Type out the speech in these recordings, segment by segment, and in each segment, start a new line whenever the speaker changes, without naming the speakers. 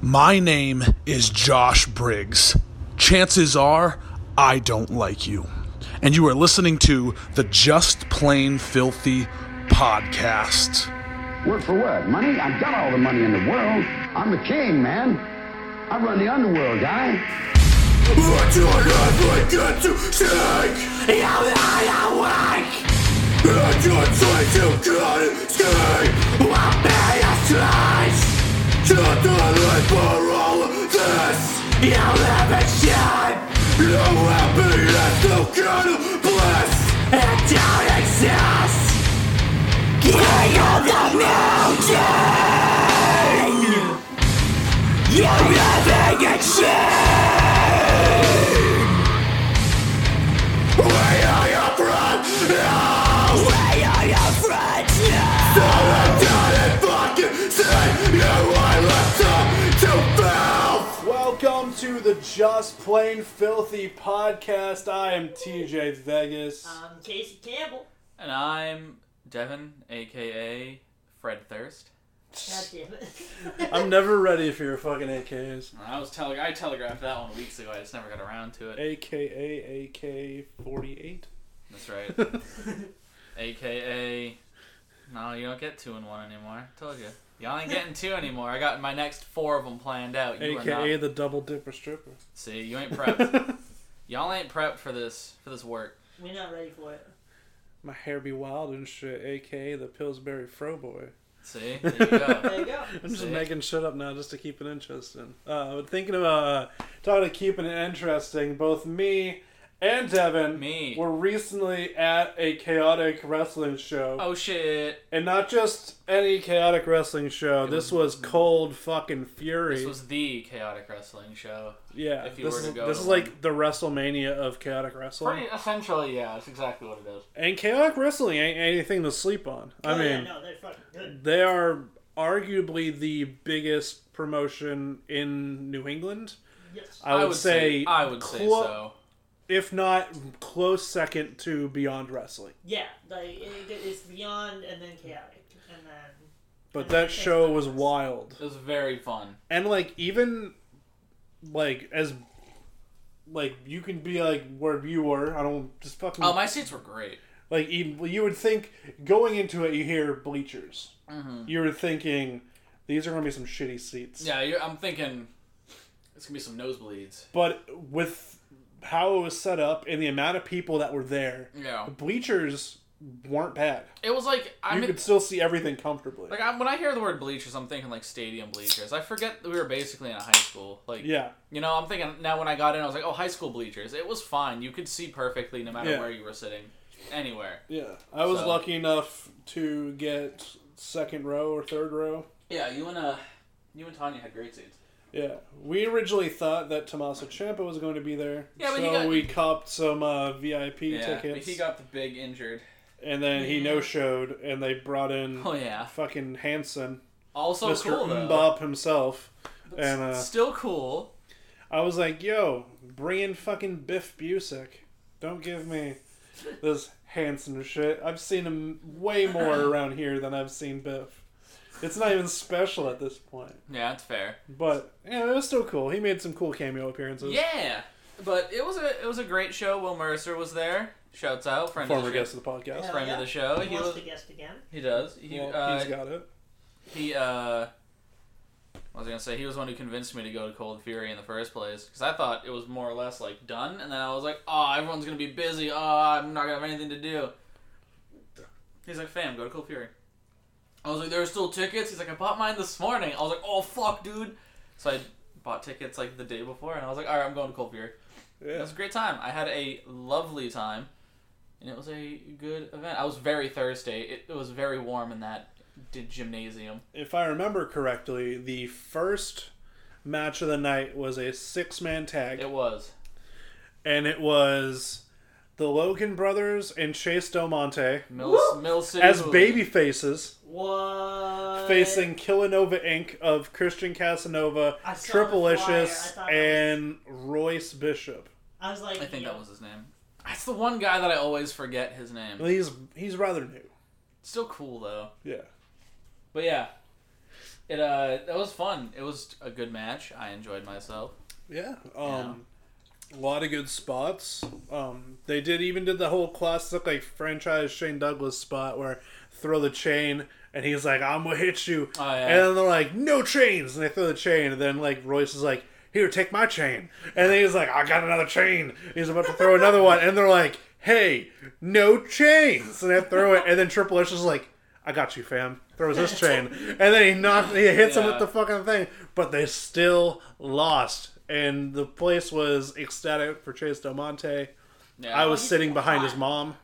My name is Josh Briggs. Chances are I don't like you. And you are listening to the Just Plain Filthy podcast.
Word for word, money? I've got all the money in the world. I'm the king, man. I run the underworld, guy.
What do I ever get to shake? You're not awake! And your choice you can't escape Will be a choice To the life for all of this You live in shame No happiness, no kind of bliss It don't exist King of the mountain You're living in shame We are your friends now! We are your friends now! So I'm done and fucking say you are left up to filth!
Welcome to the Just Plain Filthy podcast. I am TJ Vegas.
Uh,
Um, Casey Campbell.
And I'm Devin, aka Fred Thirst.
God damn it.
I'm never ready for your fucking AKs.
I was tele- I telegraphed that one weeks ago. I just never got around to it.
AKA AK48.
That's right. aka, no, you don't get two and one anymore. Told you. Y'all ain't getting two anymore. I got my next four of them planned out. You
AKA
are not.
the double dipper stripper.
See, you ain't prepped. Y'all ain't prepped for this for this work.
We're not ready for it.
My hair be wild and shit. AKA the Pillsbury Fro Boy.
See, there you go.
There you go.
I'm just
See?
making shit up now just to keep it interesting. Uh, but thinking about uh, talking to keeping it interesting, both me and Devin
Me.
were recently at a chaotic wrestling show.
Oh shit!
And not just any chaotic wrestling show. this was cold fucking fury.
This was the chaotic wrestling show.
yeah.
if you
this
were to
is,
go
this
to
is like
one.
the WrestleMania of chaotic wrestling.
Pretty essentially, yeah. That's exactly what it is.
And chaotic wrestling ain't anything to sleep on. I
Oh,
mean,
yeah, no, they're fucking good.
they are arguably the biggest promotion in New England.
Yes.
I would, say,
I would say
clo-
so.
If not close second to Beyond Wrestling.
Yeah, like it, it- it's beyond and then chaotic and then
But that show was wild.
It was very fun.
and like even like as like you can be like where you were i don't just fucking
Oh, my seats were great.
like you, you would think going into it you hear bleachers you were thinking these are gonna be some shitty seats
Mm-hmm. Yeah, you're, I'm thinking it's gonna be some nosebleeds.
but with how it was set up and the amount of people that were there
Yeah,
the bleachers weren't bad
it was like I
you
mean,
could still see everything comfortably
like I, when I hear the word bleachers, I'm thinking like stadium bleachers. I forget that we were basically in a high school. Like,
yeah
you know, I'm thinking now when I got in, I was like, oh, high school bleachers. It was fine. You could see perfectly no matter
Yeah.
where you were sitting, anywhere.
yeah i was
So-
lucky enough to get second row or third row
Yeah, you and uh, you and Tanya had great seats.
Yeah, we originally thought that Tommaso Ciampa was going to be there.
Yeah, but
so
he got-
we copped some uh, VIP
Yeah, but
tickets,
he got the big injured.
and then he no showed, and they brought in
Oh yeah,
fucking Hanson,
also
Mr.
cool though.
Mbop himself. And uh,
Still cool.
I was like, "Yo, bring in fucking Biff Busick. Don't give me this Hanson shit. I've seen him way more around here than I've seen Biff. It's not even special at this point,
Yeah, that's fair.
but yeah, it was still cool. He made some cool cameo appearances.
Yeah, but it was a it was a great show. Will Mercer was there. Shouts out, friend
Former
of the
guest
show.
of the podcast.
Hell
friend of
yeah.
the
he
show. Oh, He,
wants
was,
to guest again.
he does. He
Well,
uh,
he's got it.
he uh, what was I gonna say? He was the one who convinced me to go to Cold Fury in the first place because I thought it was more or less like done, and then I was like, oh, everyone's gonna be busy. Oh, I'm not gonna have anything to do. He's like, fam, go to Cold Fury. I was like, there are still tickets. He's like, I bought mine this morning. I was like, oh fuck, dude. So I bought tickets like the day before, and I was like, all right, I'm going to Cold Fury. It
Yeah.
was a great time. I had a lovely time, and it was a good event. I was very thirsty. It, it was very warm in that d- gymnasium.
If I remember correctly, the first match of the night was a six man tag,
It was.
and it was the Logan brothers and Chase Del Monte
Mill, Mill City.
as
Hooligans.
baby faces
What?
facing Killanova Inc. of Christian Casanova,
I saw the
Triple
flyer.
Icious,
I thought that
and Royce Bishop.
I was like,
I think
yeah.
that was his name. That's the one guy that I always forget his
Well,
name.
He's he's rather new.
Still cool though.
Yeah.
But yeah, It uh, that was fun. It was a good match. I enjoyed myself.
Yeah. Um, A lot of good spots. Um, they did even did the whole classic like franchise Shane Douglas spot where throw the chain and he's like, "I'm gonna hit you,"
Oh, yeah.
and then they're like, "No chains," and they throw the chain, and then like Royce is like, "Here, take my chain," and then he's like, "I got another chain." He's about to throw another one, and they're like, "Hey, no chains," and they throw it, and then Triple H is like. I got you, fam. Throws this chain, and then he knocks, he hits him with
Yeah.
the fucking thing. But they still lost, and the place was ecstatic for Chase Del Monte.
Yeah.
I was sitting behind his mom.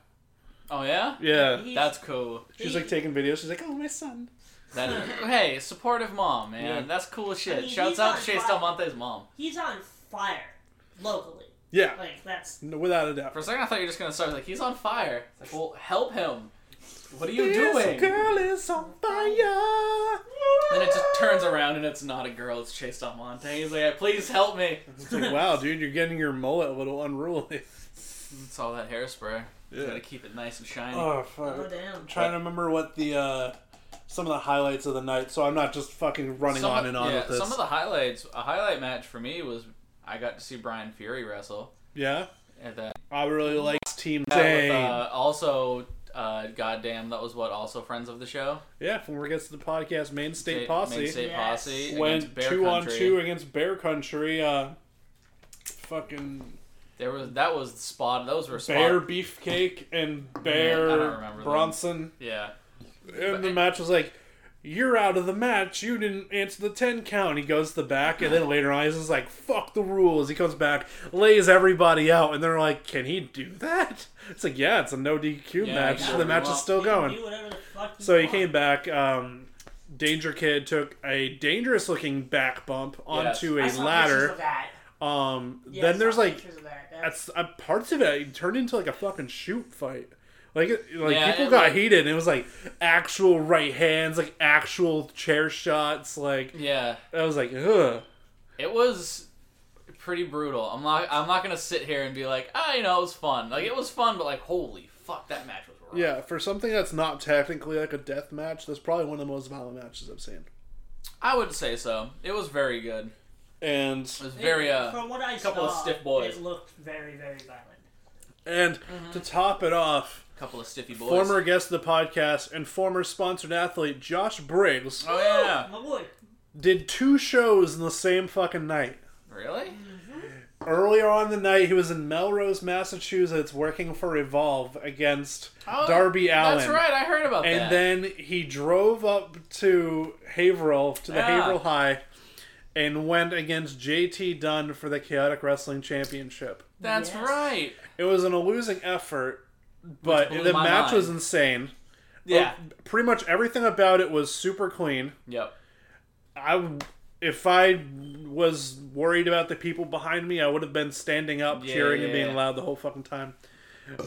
Oh yeah.
Yeah,
He's-
That's cool.
she's like taking videos. She's like, "Oh, my son."
That is, hey, supportive mom, man.
Yeah.
That's cool as shit.
mean,
Shouts
he's
out
on
to Chase
fire.
Del Monte's mom.
He's on fire locally.
Yeah,
Like that's
no, without a
For
doubt.
a second, I thought you were just gonna start like he's on fire. It's like, well, help him. What are you
This
doing?
girl is on fire.
Then it just turns around and it's not a girl. It's Chase Del Monte. He's like, please help me.
It's like, wow, dude, you're getting your mullet a little unruly.
It's all that hairspray.
Yeah.
You gotta keep it nice and shiny.
Oh fuck!
oh damn.
I'm trying to remember what the uh, some of the highlights of the night, so I'm not just fucking running
Some
on
of-
and on
yeah,
with this.
Some of the highlights, a highlight match for me was I got to see Brian Fury wrestle
yeah,
at that.
I really like Team
that with,
Zane.
uh, also, uh, goddamn, that was what also friends of the show.
yeah, from where it gets to the podcast, Main State
State-
Posse.
Main State
Yes.
Posse
went
against Bear
two on
Country.
two against Bear Country. Uh, fucking
There was that was the spot. Those were spot.
Bear Beefcake and Bear
I don't remember them.
Bronson.
Yeah.
And the match was like, "You're out of the match. You didn't answer the ten count." He goes to the back, and then later on, he's just like, "Fuck the rules." He comes back, lays everybody out, and they're like, "Can he do that?" It's like, "Yeah, it's a no DQ
Yeah,
match.
yeah,
the
we
match is
want-
still
You can
going."
do whatever the fuck you
So he
want.
came back. Um, Danger Kid took a dangerous looking back bump onto
I
a
saw pictures
ladder.
of that.
Um,
Yeah, I
then
saw
there's like
pictures of that. That's-
that's uh, parts of it, it turned into like a fucking shoot fight. Like, it- like
Yeah,
people
it,
got
like-
heated. And it was like actual right hands, like actual chair shots. Like
Yeah.
I was like, ugh.
It was pretty brutal. I'm not. I'm not gonna sit here and be like, ah, you know, it was fun. Like it was fun, but like, holy fuck, that match was. Rough.
Yeah, for something that's not technically like a death match, that's probably one of the most violent matches I've seen.
I would say so. It was very good.
And
It was very uh.
From what I
couple of
saw,
stiff boys.
It looked very, very violent.
and to top it off,
Couple of stiffy boys.
former guest of the podcast and former sponsored athlete Josh Briggs
Oh yeah.
My boy.
did two shows in the same fucking night.
Really?
Earlier on in the night, he was in Melrose, Massachusetts, working for Revolve against
Oh,
Darby Allen.
That's right. I heard about
And
that.
then he drove up to Haverhill, to the
Yeah.
Haverhill High, and went against JT Dunn for the Chaotic Wrestling Championship.
that's
Yes.
right.
It was an a losing effort, but
blew
the
my
match was
mind.
insane.
Yeah.
Pretty much everything about it was super clean.
Oh, Yep.
I if I was worried about the people behind me, I would have been standing up,
Yeah,
cheering, and
yeah,
being
yeah.
loud the whole fucking time.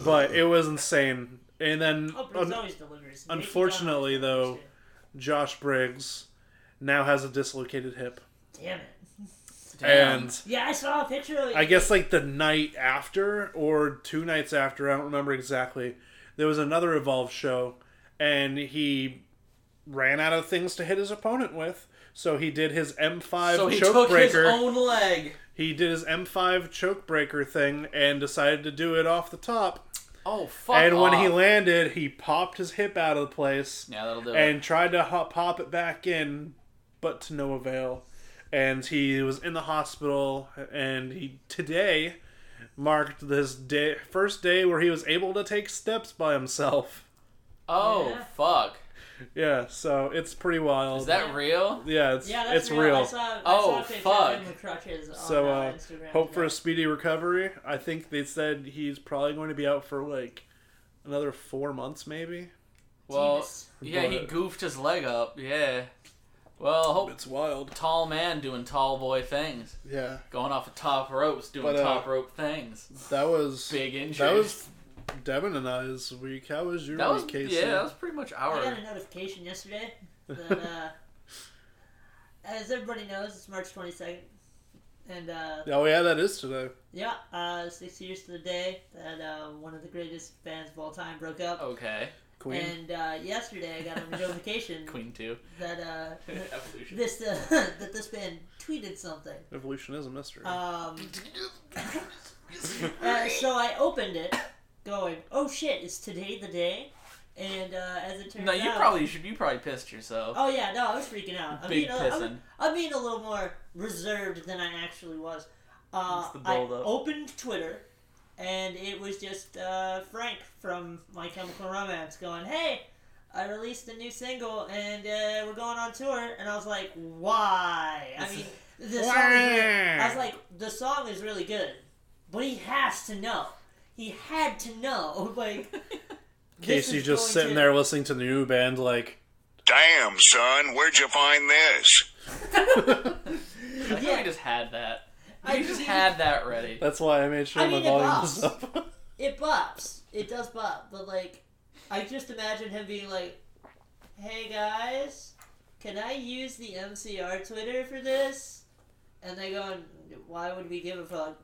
But it was insane. And then uh,
Oh, Briggs
un-
always delivers. Maybe
unfortunately,
John always
though-
delivers,
Josh Briggs now has a dislocated hip,
too. Damn it.
Damn.
and
Yeah, I saw a picture of it.
I guess like the night after or two nights after, I don't remember exactly. There was another Evolve show, and he ran out of things to hit his opponent with. So he did his M5
so he
choke
took his
breaker.
own leg.
He did his M5 choke breaker thing and decided to do it off the top.
Oh fuck.
and when he
off.
landed, he popped his hip out of the place
Yeah, that'll do it.
and tried to hop, pop it back in, but to no avail. And he was in the hospital. And he today marked this day first day where he was able to take steps by himself.
Oh
Yeah.
fuck.
Yeah, so it's pretty wild.
Is that real?
yeah, it's
Yeah, that's
it's
real.
real.
I saw,
Oh,
I saw a picture
fuck.
of him with crutches on
So,
uh,
uh,
Instagram.
hope for a speedy recovery. I think they said he's probably going to be out for like another four months, maybe.
Well,
Jesus.
yeah, he
But-
goofed his leg up. Yeah. Well, hope
It's wild.
tall man doing tall boy things,
Yeah,
going off the top ropes, doing
But, uh,
top rope things.
that was
Big injury.
That was Devin and I's week. How was your
That was
week, Casey?
yeah, that was pretty much
I
our.
got a notification yesterday that, uh, as everybody knows, it's March 22nd. And, uh,
Oh yeah, that is today.
yeah,
Oh,
uh, six years to the day that uh, one of the greatest bands of all time broke up.
Okay.
Queen.
And uh, yesterday I got a notification
Queen two.
that uh,
Evolution.
this uh, that this man tweeted something.
Evolution is a mystery.
Um, uh, so I opened it, going, "Oh shit, is today the day?" And uh, as it turned
No,
out,
you probably should. You probably pissed yourself.
Oh yeah, no, I was freaking out. I
Big
mean, uh, I-
pissin'.
I'm, I'm being a little more reserved than I actually was. Uh,
It's the
I
build-up.
opened Twitter, and it was just uh, Frank from My Chemical Romance going, "Hey, I released a new single, and uh, we're going on tour." And I was like, "Why?" I mean, the song. Is really, I was like, "The song is really good, but he has to know. He had to know." Like, this
Casey
is
just
going
sitting
to-
there listening to the new band, like,
Damn, son, where'd you find this?
I think
Yeah.
we just had that.
I
You just
mean-
had that ready.
that's why I made sure
I
my
mean, it
volume
bops.
was up.
It bops. It does bop, but like, I just imagine him being like, "Hey guys, can I use the MCR Twitter for this?" And they going, "Why would we give a fuck?"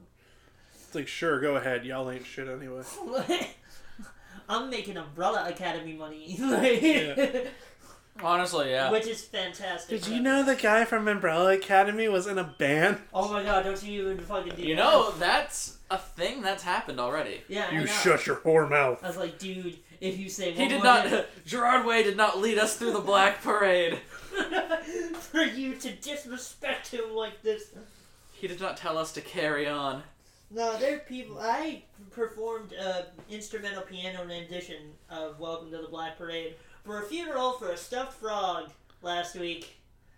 it's like, sure, go ahead. Y'all ain't shit anyway.
I'm making Umbrella Academy money, Like,
Yeah.
Honestly, yeah.
which is fantastic.
Did you know the guy from Umbrella Academy was in a band?
Oh my god! Don't you even fucking do
You
that.
know that's a thing that's happened already.
Yeah, I
You
know.
shut your whore mouth.
I was like, dude, if you say one
He did
more
not.
thing-
Gerard Way did not lead us through the Black Parade.
for you to disrespect him like this.
He did not tell us to carry on.
No, there are people. I performed a instrumental piano rendition of "Welcome to the Black Parade" for a funeral for a stuffed frog last week.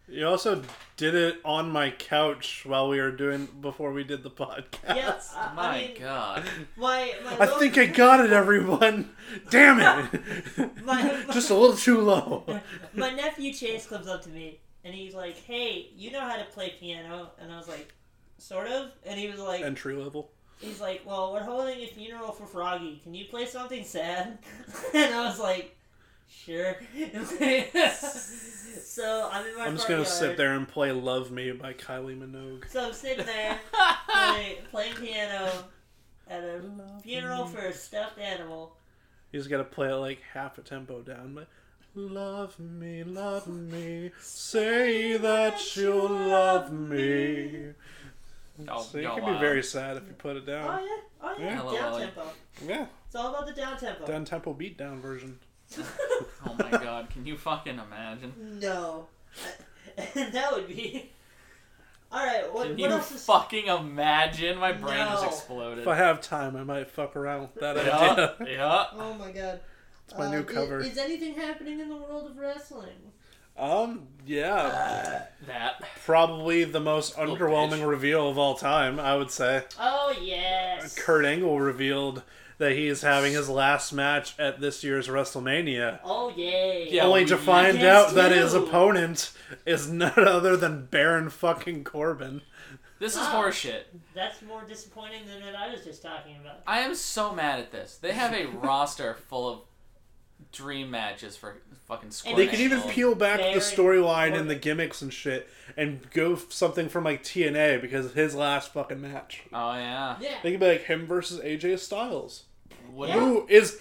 You also did it on my couch while we were doing before we did the podcast.
Yeah, I,
My
I mean,
God.
my my
I
low-
think I got it, everyone. Damn it!
My-
Just a little too low.
my nephew Chase comes up to me and he's like, "Hey, you know how to play piano?" And I was like, "Sort of." And he was like,
Entry level.
"He's like, well, we're holding a funeral for Froggy. Can you play something sad?" and I was like, "Sure." so I'm in my.
I'm just
front
gonna
yard.
sit there and play "Love Me" by Kylie Minogue.
So I'm sitting there play, playing piano at a funeral for a stuffed animal.
You just gotta play it like half a tempo down. But love me, love me, say that you'll love me.
Y'all,
So you
y'all
can be
wild.
very sad if you put it
Oh
down.
yeah, oh yeah,
Yeah.
Hello,
down
Ollie.
tempo.
Yeah,
It's all about the down tempo.
down tempo beat down version.
Oh my God! Can you fucking imagine?
no, that would be. All right, what,
Can
what
you
else is
fucking imagine? My brain just
No.
exploded.
If I have time, I might fuck around with that
Yeah.
idea.
yeah.
Oh my god. It's
my new cover.
Is, anything happening in the world of wrestling?
Um, yeah,
That.
probably the most underwhelming
pitch.
reveal of all time, I would say.
Oh yes.
Kurt Angle revealed that he is having his last match at this year's WrestleMania.
Oh yay.
Yeah.
Only
we-
to find
Yes,
out that his
you.
opponent is none other than Baron fucking Corbin.
This is
Wow.
horseshit.
That's more disappointing than what I was just talking about.
I am so mad at this. They have a roster full of dream matches for fucking Square.
They can even
Enix.
peel back the
Baron
storyline
Corbin.
and the gimmicks and shit and go f- something from like TNA because his last fucking match.
Oh yeah.
Yeah.
They could be like him versus AJ Styles.
What
Who is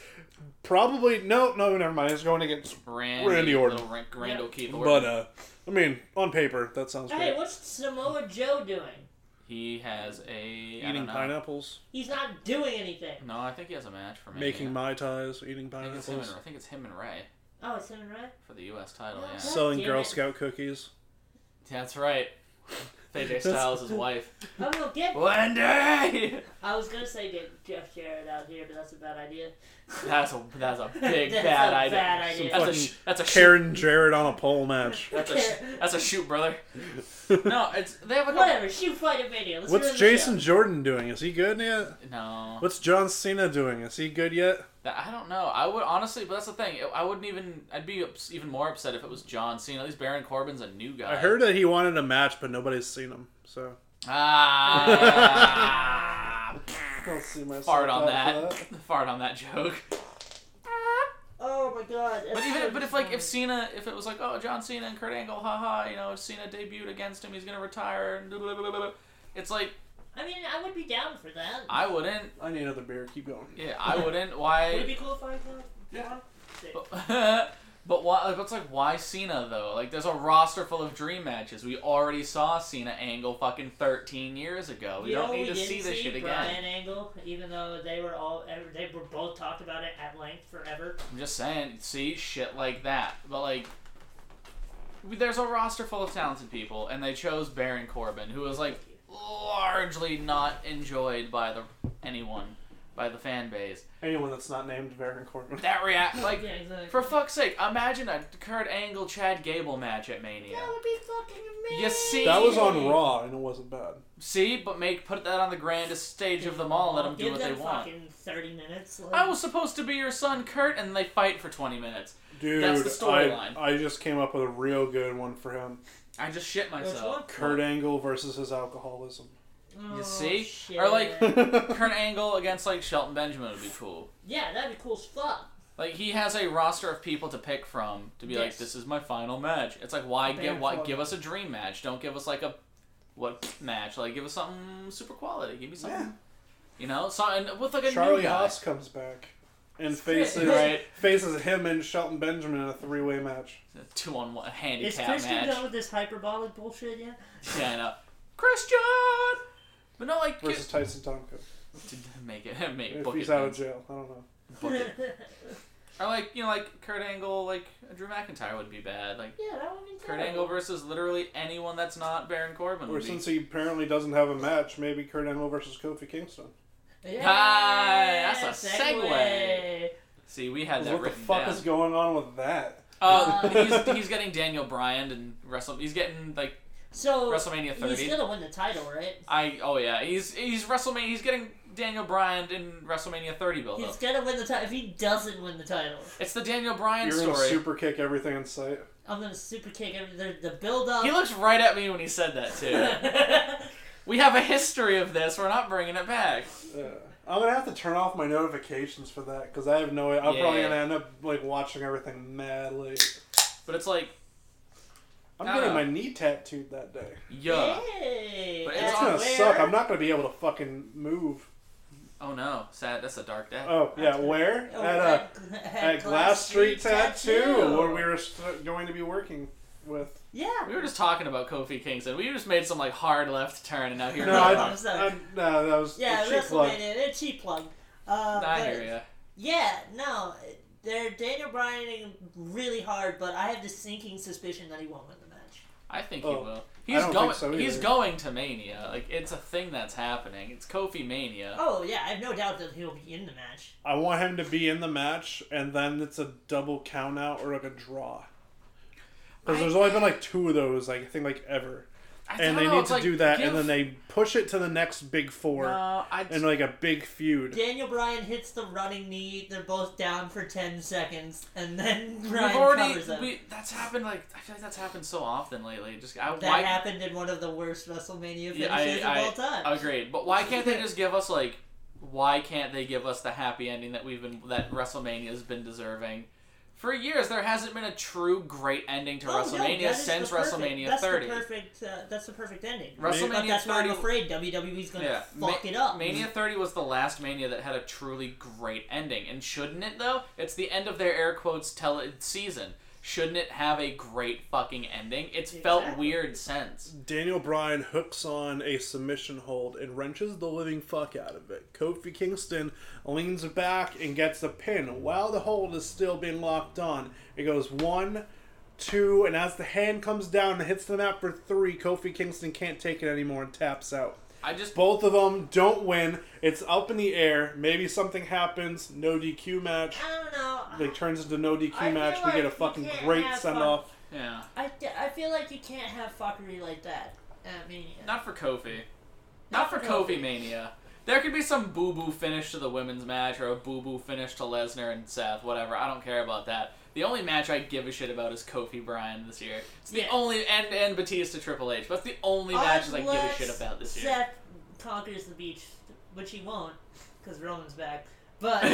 probably. No, no, never mind. He's going against.
Randy,
Randy Orton.
little Ran- Randall
Yeah.
Keith Orton.
But, uh, I mean, on paper, that sounds great.
Hey, what's Samoa Joe doing?
he has a I don't
Eating
know.
pineapples,
He's not doing anything.
No, I think he has a match for me.
making Mai Tais, eating
I think, it's him and,
pineapples,
I think it's him and Ray
Oh, it's him and Ray.
for the U.S. title.
Yeah.
Yeah,
So-
selling
damn
Girl
it.
Scout cookies.
that's right. AJ Styles' his wife.
Oh no, get.
Wendy.
I was gonna say get Jeff Jarrett out here, but that's a bad idea.
That's a that's a big
That's
bad
a
idea.
bad idea.
That's a
Fucking
sh- that's a shoot.
Karen Jarrett on a pole match.
That's a sh- that's a shoot, brother. No, it's they have a couple.
Whatever. Shoot, fight a video. Let's
What's
ruin the
Jason Jordan doing? Is he good yet?
No.
What's John Cena doing? Is he good yet?
That- I don't know. I would honestly, but that's the thing. I wouldn't even. I'd be ups, even more upset if it was John Cena. At least Baron Corbin's a new guy.
I heard that he wanted a match, but nobody's seen him. So
Ah.
I'll see myself.
fart on that. Fart on that joke.
show. Oh my god.
But even, but if like if Cena, if it was like, oh, John Cena and Kurt Angle, haha, you know, Cena debuted against him, he's gonna retire. And blah, blah, blah, blah, blah. It's like
I mean, I would be down for that.
I wouldn't.
I need another beer. Keep going.
Yeah, I
Would
wouldn't.
it
Why?
be cool if I? Uh,
Yeah.
But why? Like, it's like why Cena though? Like, there's a roster full of dream matches. We already saw Cena angle fucking 13 years ago. We
You
don't
know,
need
we
to
didn't
see this shit
Brian
again.
Angle, even though they were all ev- they were both talked about it at length forever.
I'm just saying, see shit like that. But like, there's a roster full of talented people, and they chose Baron Corbin, who was like largely not enjoyed by the anyone, by the fan base.
Anyone that's not named Baron Corbin.
That react like.
Yeah, exactly.
For fuck's sake, imagine a Kurt Angle Chad Gable match at Mania.
that would be fucking amazing.
You see,
That was on Raw and it wasn't bad.
See, but make put that on the grandest stage of them all. Let them do
Give
what they
them
want.
Fucking thirty minutes. Like,
I was supposed to be your son, Kurt, and they fight for twenty minutes.
Dude,
That's the storyline.
I, I just came up with a real good one for him.
I just shit
Which one?
myself.
Kurt Angle versus his alcoholism.
Oh,
You see,
shit.
or like Kurt Angle against like Shelton Benjamin would be cool.
yeah, that'd be cool as fuck.
Like he has a roster of people to pick from to be like,
Yes.
this is my final match. It's like why give why
Corbin.
give us a dream match? Don't give us like a what match? Like give us something super quality. Give me something. You know, so and with like a
Charlie
new guy.
Haas comes back and faces
Right.
faces him and Shelton Benjamin in a three way match.
two on one
Is
handicap
Christian
match.
done with this hyperbolic bullshit yet?
Yeah, I know. Christian! But no, like,
Versus
get,
Tyson Tonka.
to make it, make
If
book
he's
it,
out of jail. I don't know.
book it. Or like, you know, like Kurt Angle, like Drew McIntyre would be bad. Like
Yeah, that would be
Kurt
terrible.
Angle versus literally anyone that's not Baron Corbin.
Or
Would be.
since he apparently doesn't have a match, maybe Kurt Angle versus Kofi Kingston.
Yeah,
Hi, that's a segue. See, we had that
What the
written
fuck
down.
is going on with that?
Uh, he's, he's getting Daniel Bryan and Wrestle. He's getting like
So
WrestleMania 30.
he's gonna win the title, right?
I. Oh yeah, he's he's WrestleMania. He's getting Daniel Bryan in WrestleMania 30 build up.
He's gonna win the title. If he doesn't win the title,
It's the Daniel Bryan
You're gonna
story.
super kick everything in sight.
I'm gonna super kick him. The, the build up.
He looks right at me when he said that too. we have a history of this. We're not bringing it back.
I'm gonna have to turn off my notifications for that because I have no. I'm probably
Yeah.
gonna end up like watching everything mad late.
But it's like,
I'm
Ah.
getting my knee tattooed that day.
yeah.
Hey,
But
and
it's
It's gonna
where-
suck. I'm not gonna be able to fucking move.
Oh no, sad. That's a dark day.
Oh yeah, where
Oh,
at uh,
at,
at Glass Street Tattoo, where we were st- going to be working with.
Yeah.
We were just talking about Kofi Kingston. We just made some like hard left turn, and now here.
No,
we
I,
are.
I'm sorry.
I- no, that was
yeah,
a cheap
WrestleMania.
plug.
They're cheap plug. Uh,
I
but-
hear ya.
Yeah, no, they're Daniel Bryan really hard, but I have the sinking suspicion that he won't win the match.
I think
Oh,
he
I
will. He's
don't
going.
think so
he's
either.
going to Mania. Like it's a thing that's happening. It's Kofi Mania.
Oh yeah, I have no doubt that he'll be in the match.
I want him to be in the match, and then it's a double count out or like a draw. Because there's only been like two of those, like I think, like ever.
I
And
don't
they
know,
need
it's
to
like,
do that,
give-
and then they push it to the next big four,
No, I.
and like a big feud.
Daniel Bryan hits the running knee. They're both down for ten seconds, and then
We've
Bryan
already.
covers them.
We, that's happened. Like I feel like that's happened so often lately. Just I,
that
why,
happened in one of the worst WrestleMania finishes
Yeah, I,
of
I
all time.
agreed. But why can't they just give us like? Why can't they give us the happy ending that we've been that WrestleMania has been deserving? For years, there hasn't been a true great ending to
Oh, no,
WrestleMania
that is
since
the perfect-
WrestleMania
that's
30.
The perfect, uh, that's the perfect ending.
WrestleMania
but that's why I'm
30
afraid WWE's gonna
yeah,
fuck
Ma-
it up.
Mania 30 was the last Mania that had a truly great ending, and shouldn't it though? It's the end of their air quotes tele season. Shouldn't it have a great fucking ending? It's felt
Exactly.
weird since.
Daniel Bryan hooks on a submission hold and wrenches the living fuck out of it. Kofi Kingston leans back and gets the pin while the hold is still being locked on. It goes one, two, and as the hand comes down and hits the mat for three, Kofi Kingston can't take it anymore and taps out.
I just
Both of them don't win. It's up in the air. Maybe something happens. No DQ match.
I don't know.
Like turns into no DQ
I feel
match. We get a
like you
fucking
can't
great
have
send off.
yeah,
I, I feel like you can't have fuckery like that at Mania.
not for Kofi. Not for Kofi Mania. There could be some boo boo finish to the women's match or a boo boo finish to Lesnar and Seth, whatever. I don't care about that. The only match I give a shit about is Kofi Bryan this year. It's the
Yeah.
only and and Batista Triple H. That's the only matches I give a
Unless
shit about this year.
Seth conquers the beach, which he won't, because Roman's back. But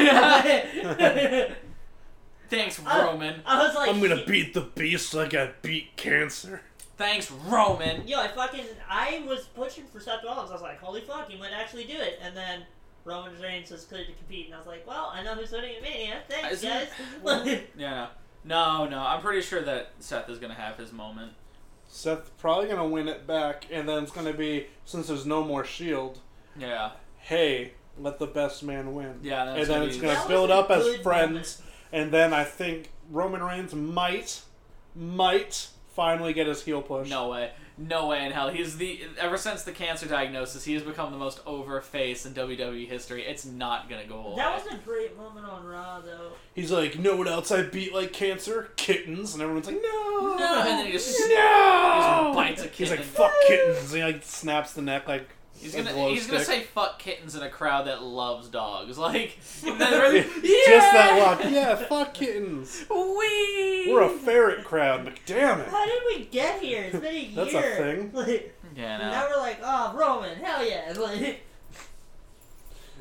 Yeah. Thanks, Roman.
I was like,
I'm gonna
he-
beat the beast like I beat cancer.
Thanks, Roman.
Yo, I fucking I was pushing for Seth Rollins. I was like, holy fuck, he might actually do it. And then Roman Reigns was cleared to compete, and I was like, well, I know who's winning at Mania. Thanks,
Isn't
guys.
it- Yeah. No, no. I'm pretty sure that Seth is gonna have his moment.
Seth probably gonna win it back, and then it's gonna be since there's no more Shield.
Yeah.
E Hey, let the best man win.
Yeah, that's
and then
gonna
it's
be-
gonna
That
build
was a
up as
good
friends, and then I think Roman Reigns might, might finally get his heel push.
No way. No way in hell. He's the ever since the cancer diagnosis, he has become the most over face in WWE history. It's not gonna go away.
that was a great moment on Raw, though.
He's like, know what else I beat like cancer? Kittens, and everyone's like, no,
no, and then he just, he
no.
just bites a kitten.
He's like, fuck kittens. And he like snaps the neck like.
He's
a
gonna
glow
he's gonna
stick.
say fuck kittens in a crowd that loves dogs. Like that's really-
Just that
Yeah!
look. Yeah, fuck kittens.
Wee.
We're a ferret crowd. Like, damn it.
How did we get here? It's been a year.
That's a thing.
Like,
yeah, no.
Now we're like, oh, Roman, hell yeah. Like,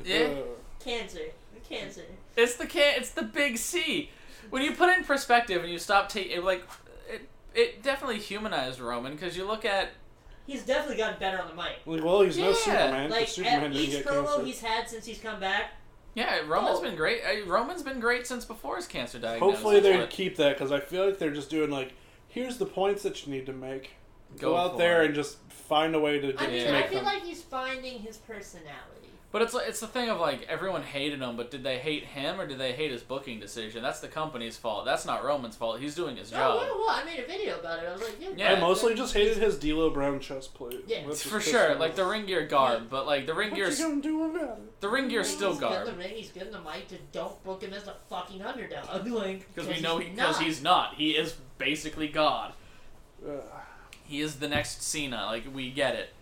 Yeah.
Uh,
cancer. Cancer.
It's the can. It's the big C. When you put it in perspective and you stop taking like, it it definitely humanized Roman because you look at
He's definitely gotten better on the mic.
Like, well, he's
Yeah,
no Superman. 'cause
Like,
Superman
at
didn't
each
get
promo
cancer.
he's had since he's come back,
yeah Roman's
Oh.
been great. Uh, Roman's been great since before his cancer diagnosis.
Hopefully they
but
keep that because I feel like they're just doing like, here's the points that you need to make. Go,
for
out there
it.
and just find a way to,
I
to
mean,
Yeah.
I
make
feel
them.
like he's finding his personality.
But it's like- it's the thing of like everyone hated him, but did they hate him or did they hate his booking decision? That's the company's fault. That's not Roman's fault. He's doing his
Oh,
job.
well, well, I made a video about it. I was like, yeah,
Yeah.
I mostly just hated his D'Lo Brown chest plate.
Yeah.
That's
For
just
sure,
pissing me
like
off.
the ring gear garb, but like the ring
What
gear's
you gonna do about it?
the ring gear's still
he's
garb
Good in the ring, he's good in the mic. Just don't book him as a fucking underdog, like
because we know
he's
because
not.
he's not. He is basically God.
Ugh.
he is the next Cena. Like we get it,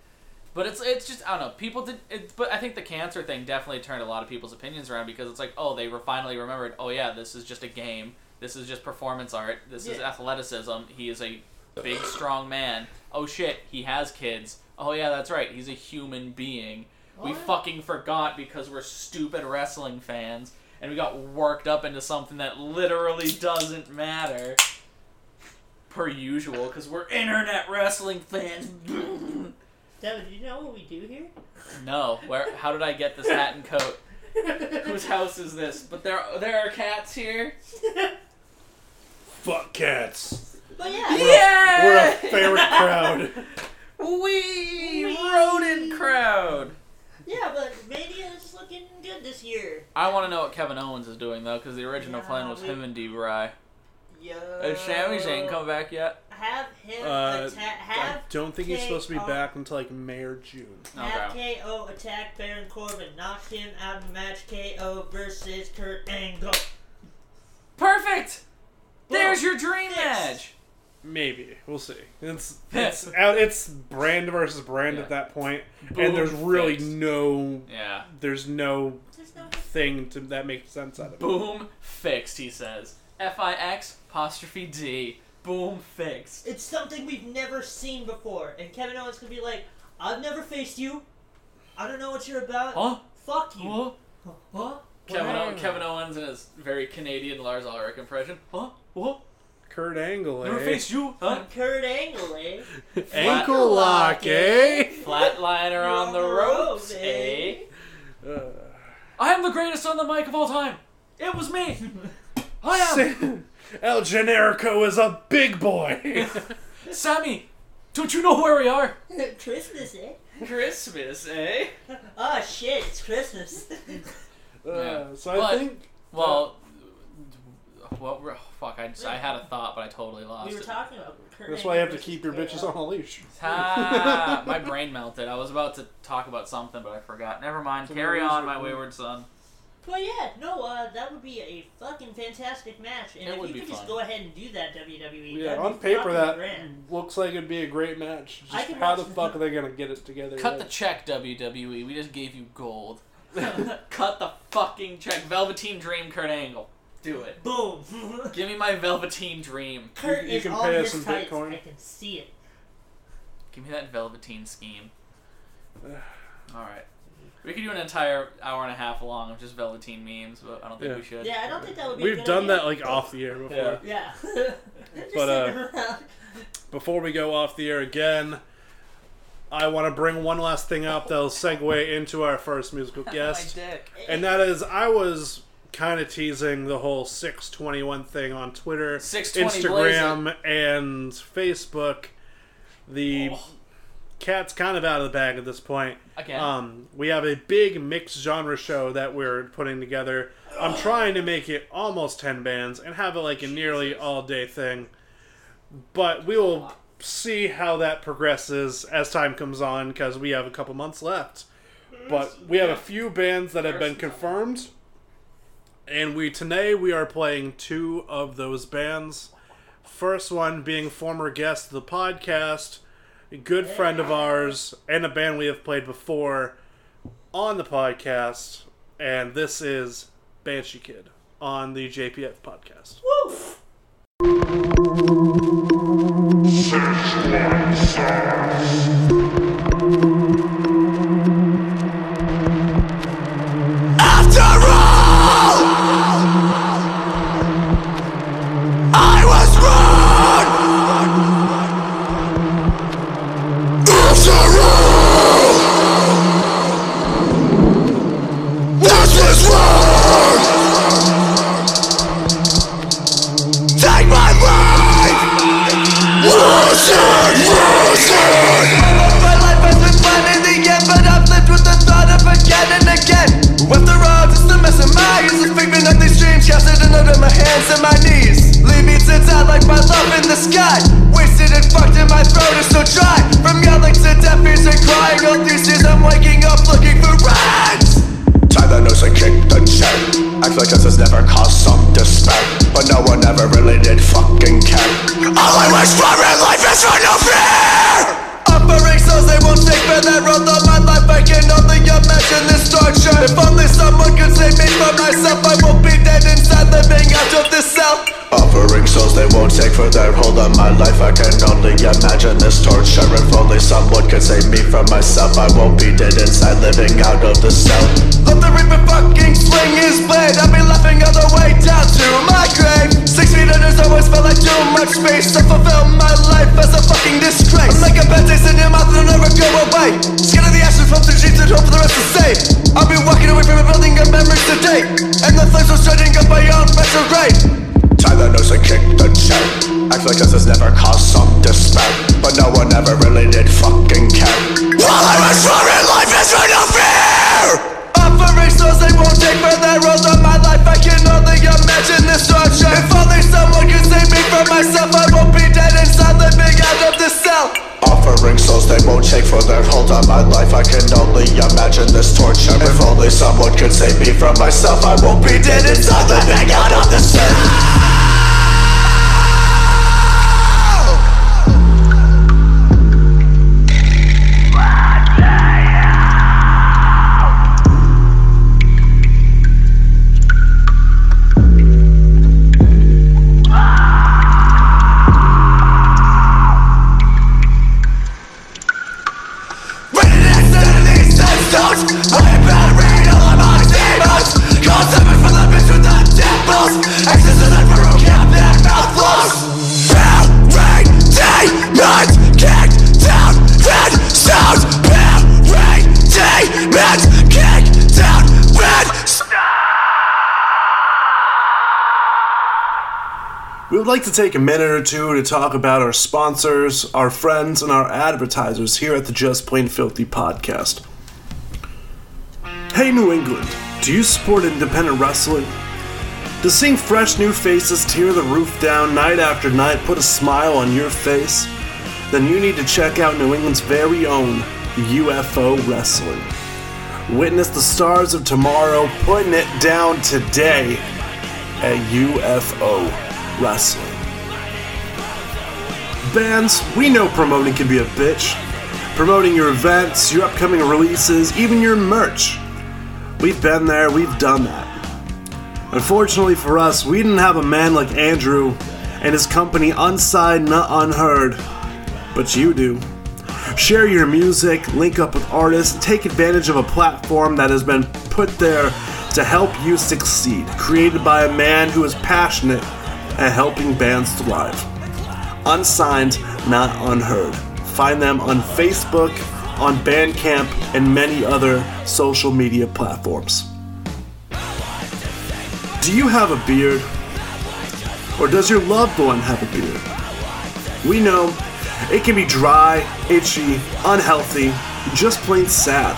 but it's it's just I don't know. People did, it, but I think the cancer thing definitely turned a lot of people's opinions around because it's like, oh, they were finally remembered. Oh yeah, this is just a game. This is just performance art. This is
Yeah.
athleticism. He is a big, strong man. Oh shit, he has kids. Oh yeah, that's right. He's a human being. We
What?
fucking forgot because we're stupid wrestling fans. And we got worked up into something that literally doesn't matter per usual, because we're internet wrestling fans.
Devin, do you know what we do here?
no, where? How did I get this hat and coat? Whose house is this? But there, there are cats here.
Fuck cats.
But yeah,
We're a
Yeah,
favorite crowd.
we
Wee!
rodent crowd.
yeah, but Mania is looking good this year.
I want to know what Kevin Owens is doing though, because the original
Yeah,
plan was
we- Oh.
him and DeBry.
Yo,
Has Sami Zayn come back yet?
Have him
Uh,
attack.
I
Have
don't think he's
K-
supposed to be
uh,
back until like May or June.
Have KO attack Baron Corbin, knock him out of the match. KO versus Kurt Angle.
Perfect. There's your dream
fixed.
match.
Maybe we'll see. It's it's out. It's brand versus brand
Yeah.
at that point,
Boom,
and there's really
fixed.
no
Yeah.
there's no
There's no
thing to that makes sense out of it.
Boom fixed. He says. F I X apostrophe D. Boom fixed.
It's something we've never seen before, and Kevin Owens could be like, "I've never faced you. I don't know what you're about.
Huh?
Fuck you."
What?
Huh?
Kevin,
Wow.
Ow- Kevin Owens in his very Canadian Lars Ulrich impression. Huh? What?
Kurt Angle,
Never
eh?
faced you? Huh?
Kurt Angle, eh?
ankle lock, eh?
Flatliner on the ropes,
Ropes,
eh?
Uh,
I am the greatest on the mic of all time. It was me. I am
El Generico is a big boy.
Sammy. Don't you know where we are?
Christmas, eh?
Christmas, eh?
Oh shit, it's Christmas.
Uh, so I
But-
think
Well, what? were- fuck! I, just, I had a thought, but I totally lost
we were
it.
talking about Kurt
that's
Angle
why you have to
versus
keep your
KO.
bitches on a leash.
Ah, my brain melted. I was about to talk about something, but I forgot. Never mind. Carry on, my wayward son.
But yeah, no, uh, that would be a fucking fantastic match, and
It
if
would
you
be
could
fun.
just go ahead and do that, WWE.
Yeah,
that'd
on
be
paper
fucking
that
grand.
looks like it'd be a great match.
I
Just
could
how the
watch-
fuck are they gonna get it together?
Cut the
yet?
check, WWE. We just gave you gold. Cut the fucking check. Velveteen Dream, Kurt Angle. Do it.
Boom.
Give me my Velveteen Dream.
Kurt
you
is
can
on
pay us
his
in
tights.
Bitcoin.
I can see it.
Give me that Velveteen scheme. All right. We could do an entire hour and a half long of just Velveteen memes, but I don't think
Yeah.
we should.
Yeah, I don't think that would be. a
We've
good
done
idea.
that like off the air before.
Yeah.
Yeah. Just
But, uh,
sitting around.
Before we go off the air again, I want to bring one last thing up that'll segue into our first musical guest.
My dick.
And that is, I was kind of teasing the whole 621 thing on Twitter,
620 blaze
Instagram, and Facebook. The cat's kind of out of the bag at this point.
Again.
Um, we have a big mixed genre show that we're putting together. I'm trying to make it almost 10 bands and have it like a nearly all day thing. But we will see how that progresses as time comes on because we have a couple months left. But we have a few bands that have been confirmed. And we today we are playing two of those bands. First one being former guest of the podcast, a good friend of ours, and a band we have played before on the podcast. And this is Banshee Kid on the JPF podcast.
After all, I was wrong. After all, this was wrong. Take my life, listen, listen.
My life has been fun in the end, but I've lived with the thought of again and again. After all, just a mess of my eyes, a figment of these dreams, casted in under my hands and my knees. Leave me to die like my love in the sky. Wasted and fucked in my throat is so dry. From yelling to deaf ears and crying, all these years I'm waking up looking for rats.
Tie the noose and kick the chain. Act like this has never caused some despair. But no one ever really did fucking care. All I wish for in life is for no fear!
Offering souls they won't take for that road of my life I can only imagine this torture If only someone could save me from myself I won't be dead inside living out of this cell
Offering souls they won't take for their hold on my life. I can only imagine this torture. If only someone could save me from myself, I won't be dead inside living out of the cell.
Let the reaper fucking swing his blade I'll be laughing all the way down to my grave Six feet under has always felt like too much space I fulfill my life as a fucking disgrace I'm like a bad taste in your mouth that'll never go away Skin of the ashes from the dreams and hope for the rest is safe I'll be walking away from a building of memories today And the flames will shutting up my own retrograde
Tie the noose and kick the chain. Act like this has never caused some despair. But no one ever really did fucking care. All I was for in life is for no fear!
Offering souls they won't take for their roles of my life I can only imagine this torture If only someone could save me from myself I won't be dead inside living out of this cell
Offering souls they won't take for their hold on my life. I can only imagine this torture. If only someone could save me from myself, I won't be dead inside living out of the cell.
We would like to take a minute or two to talk about our sponsors, our friends, and our advertisers here at the Just Plain Filthy podcast. Hey, New England, do you support independent wrestling? To seeing fresh new faces tear the roof down night after night put a smile on your face? Then you need to check out New England's very own UFO Wrestling. Witness the stars of tomorrow putting it down today at UFO Wrestling. Bands, we know promoting can be a bitch. Promoting your events, your upcoming releases, even your merch. We've been there, we've done that. Unfortunately for us, we didn't have a man like Andrew and his company Unsigned, Not Unheard, but you do. Share your music, link up with artists, and take advantage of a platform that has been put there to help you succeed, created by a man who is passionate at helping bands thrive. Unsigned, not unheard. Find them on Facebook on Bandcamp and many other social media platforms. Do you have a beard? Or does your loved one have a beard? We know it can be dry, itchy, unhealthy, just plain sad.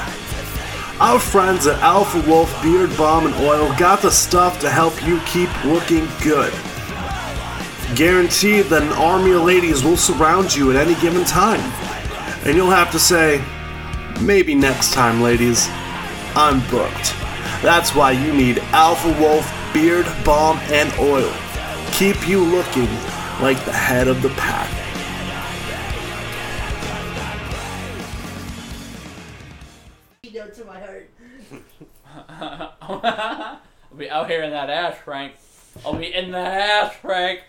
Our friends at Alpha Wolf Beard Balm and Oil got the stuff to help you keep looking good. Guaranteed that an army of ladies will surround you at any given time. And you'll have to say, maybe next time, ladies, I'm booked. That's why you need Alpha Wolf Beard Balm and Oil. Keep you looking like the head of the pack.
You know, to my heart.
I'll be out here in that ash, Frank. I'll be in the ash, Frank.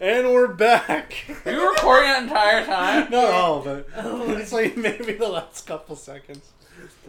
And we're back.
Were you recording that entire time?
Not all of it.
Oh.
It's like maybe the last couple seconds.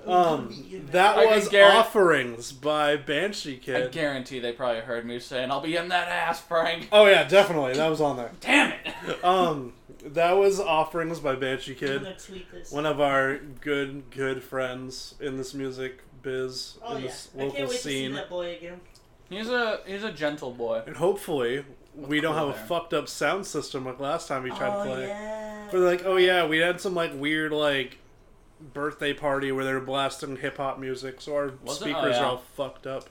Um, that
I can
was
guarantee-
Offerings by Banshee
I
Kid.
guarantee they probably heard me saying, I'll be in that ass, Frank.
Oh yeah, definitely. That was on there.
Damn it.
Um, that was Offerings by Banshee
I'm
Kid.
gonna tweet this.
one of our good good friends in this music biz
oh
in
yeah,
this
I
local
can't wait to see
scene
that boy again.
He's a he's a gentle boy.
and hopefully we don't
cool
have
there?
a fucked up sound system like last time we tried
oh
to play
yeah.
we're like oh yeah we had some like weird like birthday party where they were blasting hip-hop music so our
Was it? Oh,
speakers
yeah.
are all fucked up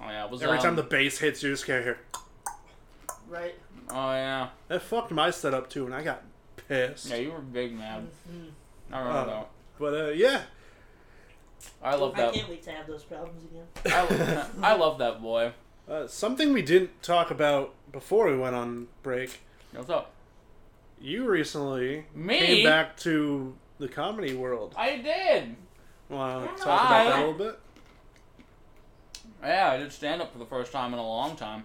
Oh yeah, it was
every
um,
time the bass hits you just can't hear
Right.
Oh yeah.
that fucked my setup too and i got pissed
Yeah, you were big mad. I remember
Oh.
that.
but uh, yeah
I love
I
that.
can't wait to have those problems again.
I, lo- I love that boy.
uh, something we didn't talk about before we went on break
What's up?
you recently
Me?
came back to the comedy world.
I did.
Want to talk
Yeah.
about that
Hi.
a little bit?
Yeah, I did stand up for the first time in a long time.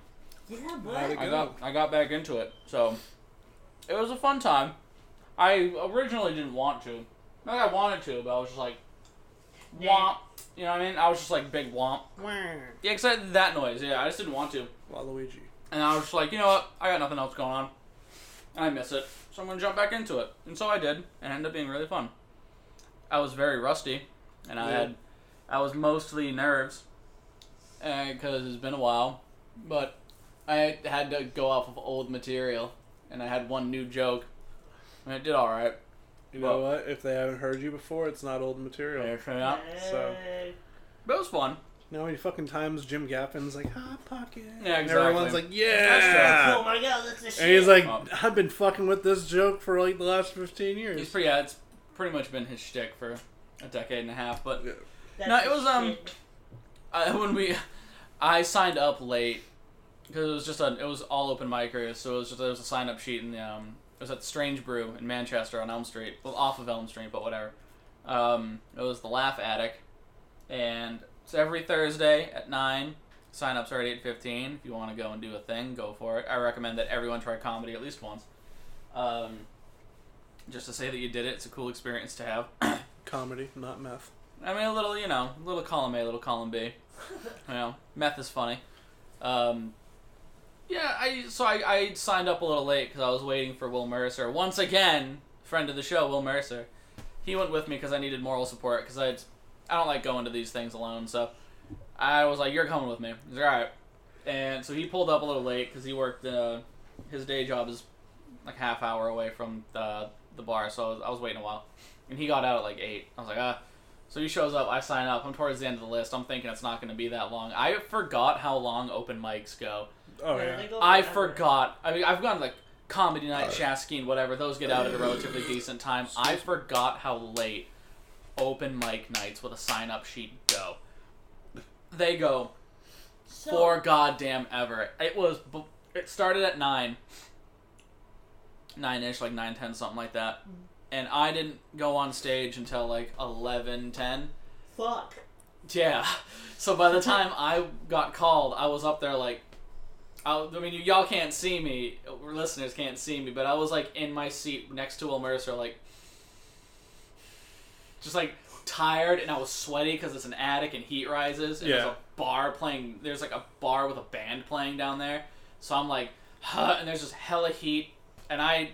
Yeah,
How'd it
but
I got I got back into it, so it was a fun time. I originally didn't want to. Like I wanted to, but I was just like womp. You know what I mean? I was just like big womp. Yeah, except that noise. Yeah, I just didn't want to.
Waluigi.
And I was just like, you know what? I got nothing else going on. And I miss it. So I'm going to jump back into it. And so I did. And it ended up being really fun. I was very rusty. And I
Yeah.
had. I was mostly nerves. Because it's been a while. But I had to go off of old material. And I had one new joke. And it did alright.
You know what? If they haven't heard you before, it's not old material.
But
So.
Hey.
it was fun.
You know how many fucking times Jim Gaffin's like, Hot Pocket?
Yeah,
And
exactly.
everyone's like,
Oh
Yeah!
my god, that's the shit.
And he's like,
Um,
I've been fucking with this joke for like the last 15 years.
He's pretty, yeah, it's pretty much been his shtick for a decade and a half. But.
That's
no,
the
it was, um,
shit.
I, when we, I signed up late because it was just a, it was all open micers, so it was just there was a sign up sheet in the um, it was at Strange Brew in Manchester on Elm Street, well off of Elm Street, but whatever. Um, it was the Laugh Attic, and it's every Thursday at nine. Sign ups are at eight fifteen. If you want to go and do a thing, go for it. I recommend that everyone try comedy at least once. Um, just to say that you did it, it's a cool experience to have.
Comedy, not meth.
I mean, a little, you know, a little column A, a little column B. you know, meth is funny. Um, yeah, I so I, I signed up a little late because I was waiting for Will Mercer. Once again, friend of the show, Will Mercer. He went with me because I needed moral support because I I don't like going to these things alone. So I was like, "You're coming with me." He's like, "All right." And so he pulled up a little late because he worked. Uh, his day job is like half hour away from the the bar, so I was, I was waiting a while. And he got out at like eight. I was like, ah. So he shows up, I sign up, I'm towards the end of the list, I'm thinking it's not gonna be that long. I forgot how long open mics go.
Oh,
Yeah,
yeah.
they go
I
forever.
forgot. I mean I've gone like comedy night, Shasky and whatever, those get out at a relatively decent time. I forgot how late open mic nights with a sign up sheet go. They go
So-
for goddamn ever. It was. b- It started at nine, nine ish, like nine ten, something like that. And I didn't go on stage until like eleven ten.
Fuck.
Yeah. So by the time I got called, I was up there like, I, I mean, y'all can't see me, or listeners can't see me, but I was like in my seat next to Will Mercer, like, just like tired, and I was sweaty because it's an attic and heat rises. And There's
Yeah.
a bar playing. There's like a bar with a band playing down there. So I'm like, huh, and there's just hella heat, and I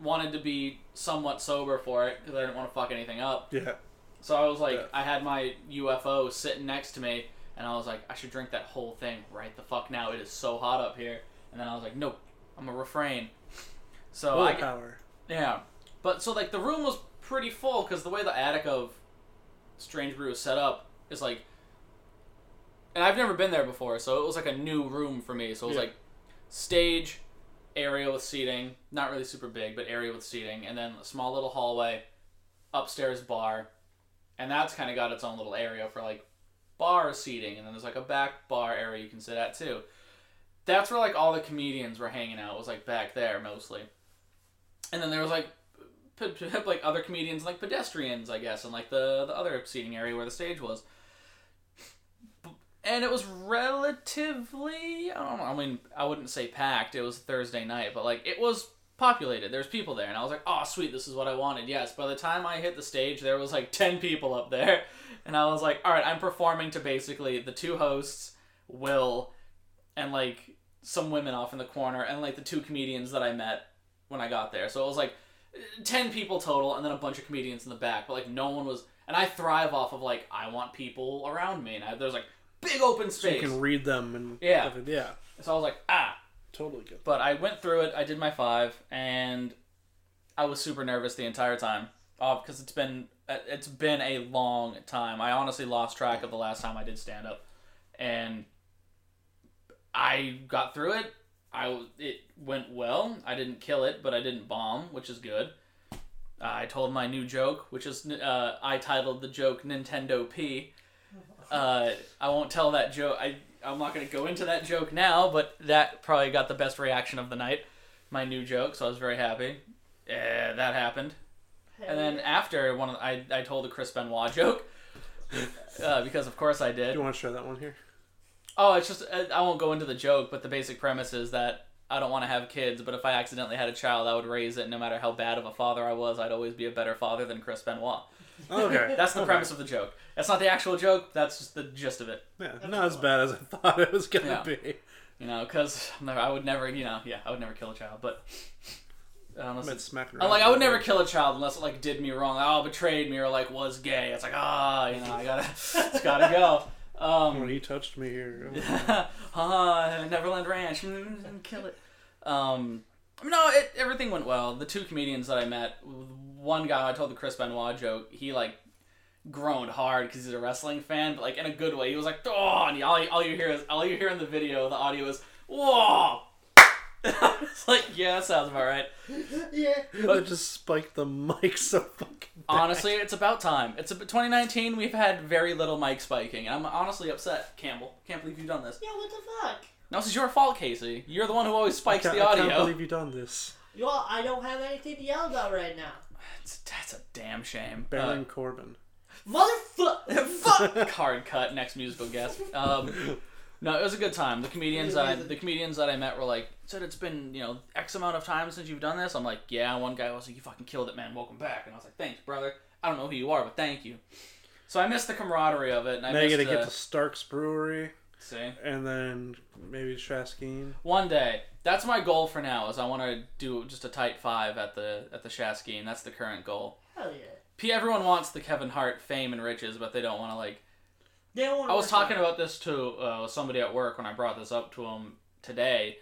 wanted to be somewhat sober for it because I didn't want to fuck anything up.
Yeah.
So I was like, I had my UFO sitting next to me, and I was like, I should drink that whole thing right the fuck now. It is so hot up here. And then I was like, nope, I'm gonna refrain. So I,
Willpower.
yeah, but so like the room was pretty full because the way the attic of Strange Brew is set up is like, and I've never been there before, so it was like a new room for me. So it was
Yeah.
like stage, area with seating, not really super big, but area with seating, and then a small little hallway, upstairs bar, and that's kind of got its own little area for like bar seating, and then there's like a back bar area you can sit at too. That's where like all the comedians were hanging out. Was like back there mostly and then there was like p- p- like other comedians like pedestrians i guess and like the the other seating area where the stage was B- and it was relatively i don't know i mean i wouldn't say packed it was thursday night but like it was populated there's people there and i was like oh sweet this is what i wanted yes by the time i hit the stage there was like 10 people up there and i was like all right i'm performing to basically the two hosts will and like some women off in the corner and like the two comedians that i met when I got there. So it was like uh, 10 people total and then a bunch of comedians in the back, but like no one was and I thrive off of like I want people around me and I, there's like big open
So you
space. So,
can read them and
Yeah.
stuff. yeah,
I was like, "Ah."
totally good.
But I went through it, I did my 5 and I was super nervous the entire time. Oh, because it's been uh, it's been a long time. I honestly lost track of the last time I did stand up. And I got through it. I w- it went well. I didn't kill it, but I didn't bomb, which is good. I told my new joke, which is uh, I titled the joke Nintendo P. Uh, I won't tell that joke. I I'm not gonna go into that joke now, but that probably got the best reaction of the night. My new joke, so I was very happy. Yeah, that happened. And then after one, of, I I told a Chris Benoit joke uh, because of course I did.
You want to share that one here?
Oh, it's just I I won't go into the joke, but the basic premise is that I don't want to have kids, but if I accidentally had a child, I would raise it. No matter how bad of a father I was, I'd always be a better father than Chris Benoit.
Okay.
That's the premise of the joke. That's not the actual joke. That's just the gist of it.
yeah, not as bad as I thought it was gonna
Yeah.
be.
You know, because I would never, you know, yeah, I would never kill a child, but. uh, Unless
But
it's,
smack her
I'm
up.
like I would never kill a child unless it like did me wrong, oh betrayed me or like was gay. It's like ah, you know, I gotta, it's gotta go. Um,
When he touched me here.
Ah, Neverland Ranch, Mm, kill it. Um, no, it, everything went well. The two comedians that I met, one guy I told the Chris Benoit joke. He like groaned hard because he's a wrestling fan, but like in a good way. He was like, "Oh!" And all, all you hear is all you hear in the video, the audio is "Whoa." it's like yeah, that sounds about right.
yeah. I just spiked the mic so fucking. bad.
Honestly, it's about time. It's about 2019. We've had very little mic spiking, and I'm honestly upset, Campbell. Can't believe you've done this.
Yeah, what the fuck?
No, this is your fault, Casey. You're the one who always spikes
I
the
can't-
audio.
I can't believe you done this.
Y'all, I don't have anything to yell about right now.
That's- That's a damn shame.
Baron Corbin.
Motherfucker! Fuck!
Uh, card cut. Next musical guest. Um, no, it was a good time. The comedians that I, the comedians that I met were like, said it's been you know X amount of time since you've done this. I'm like, yeah. One guy was like, you fucking killed it, man. Welcome back. And I was like, thanks, brother. I don't know who you are, but thank you. So I missed the camaraderie of it, and I
Now you
missed
gotta get
uh,
to Stark's Brewery
see
and then maybe Shaskeen.
one day. That's my goal for now. Is I want to do just a tight five at the at the Shasky, and that's the current goal.
Hell yeah.
P. Everyone wants the Kevin Hart fame and riches, but they don't want to like
They don't want
I was talking about this to uh, somebody at work when I brought this up to him today.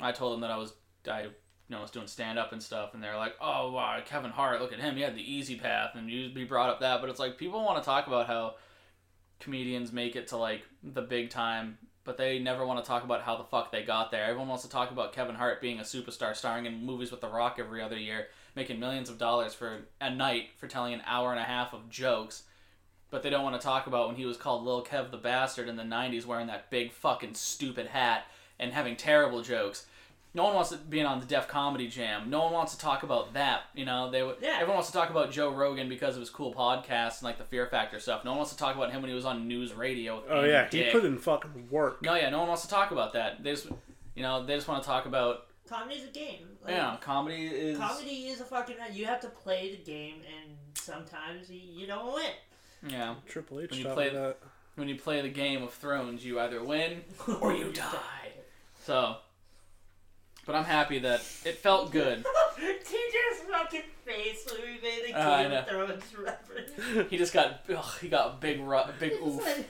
I told him that I was I you know was doing stand up and stuff, and they're like, "Oh wow, Kevin Hart, look at him. He had the easy path," and you he brought up that, but it's like people want to talk about how comedians make it to like the big time. But they never want to talk about how the fuck they got there. Everyone wants to talk about Kevin Hart being a superstar, starring in movies with The Rock every other year, making millions of dollars for a night for telling an hour and a half of jokes but they don't want to talk about when he was called Lil Kev the Bastard in the 90s wearing that big fucking stupid hat and having terrible jokes. No one wants to being on the Def Comedy Jam. No one wants to talk about that. You know, they would.
Yeah.
everyone wants to talk about Joe Rogan because of his cool podcast and like the Fear Factor stuff. No one wants to talk about him when he was on news radio. With
Oh
Andy
yeah, he
Dick.
put in fucking work.
No, yeah, no one wants to talk about that. They just, you know, they just want to talk about
Comedy's a game. Like,
yeah, comedy is
Comedy is a fucking. You have to play the game, and sometimes you, you don't win.
yeah.
Triple H
When you
taught
play-
me that.
When you play the Game of Thrones, you either win or you die. So But I'm happy that it felt good.
TJ's fucking face when we made a Game
Oh, I know.
of Thrones reference.
He just got ugh, he got a big ru- big
It's
oof.
like-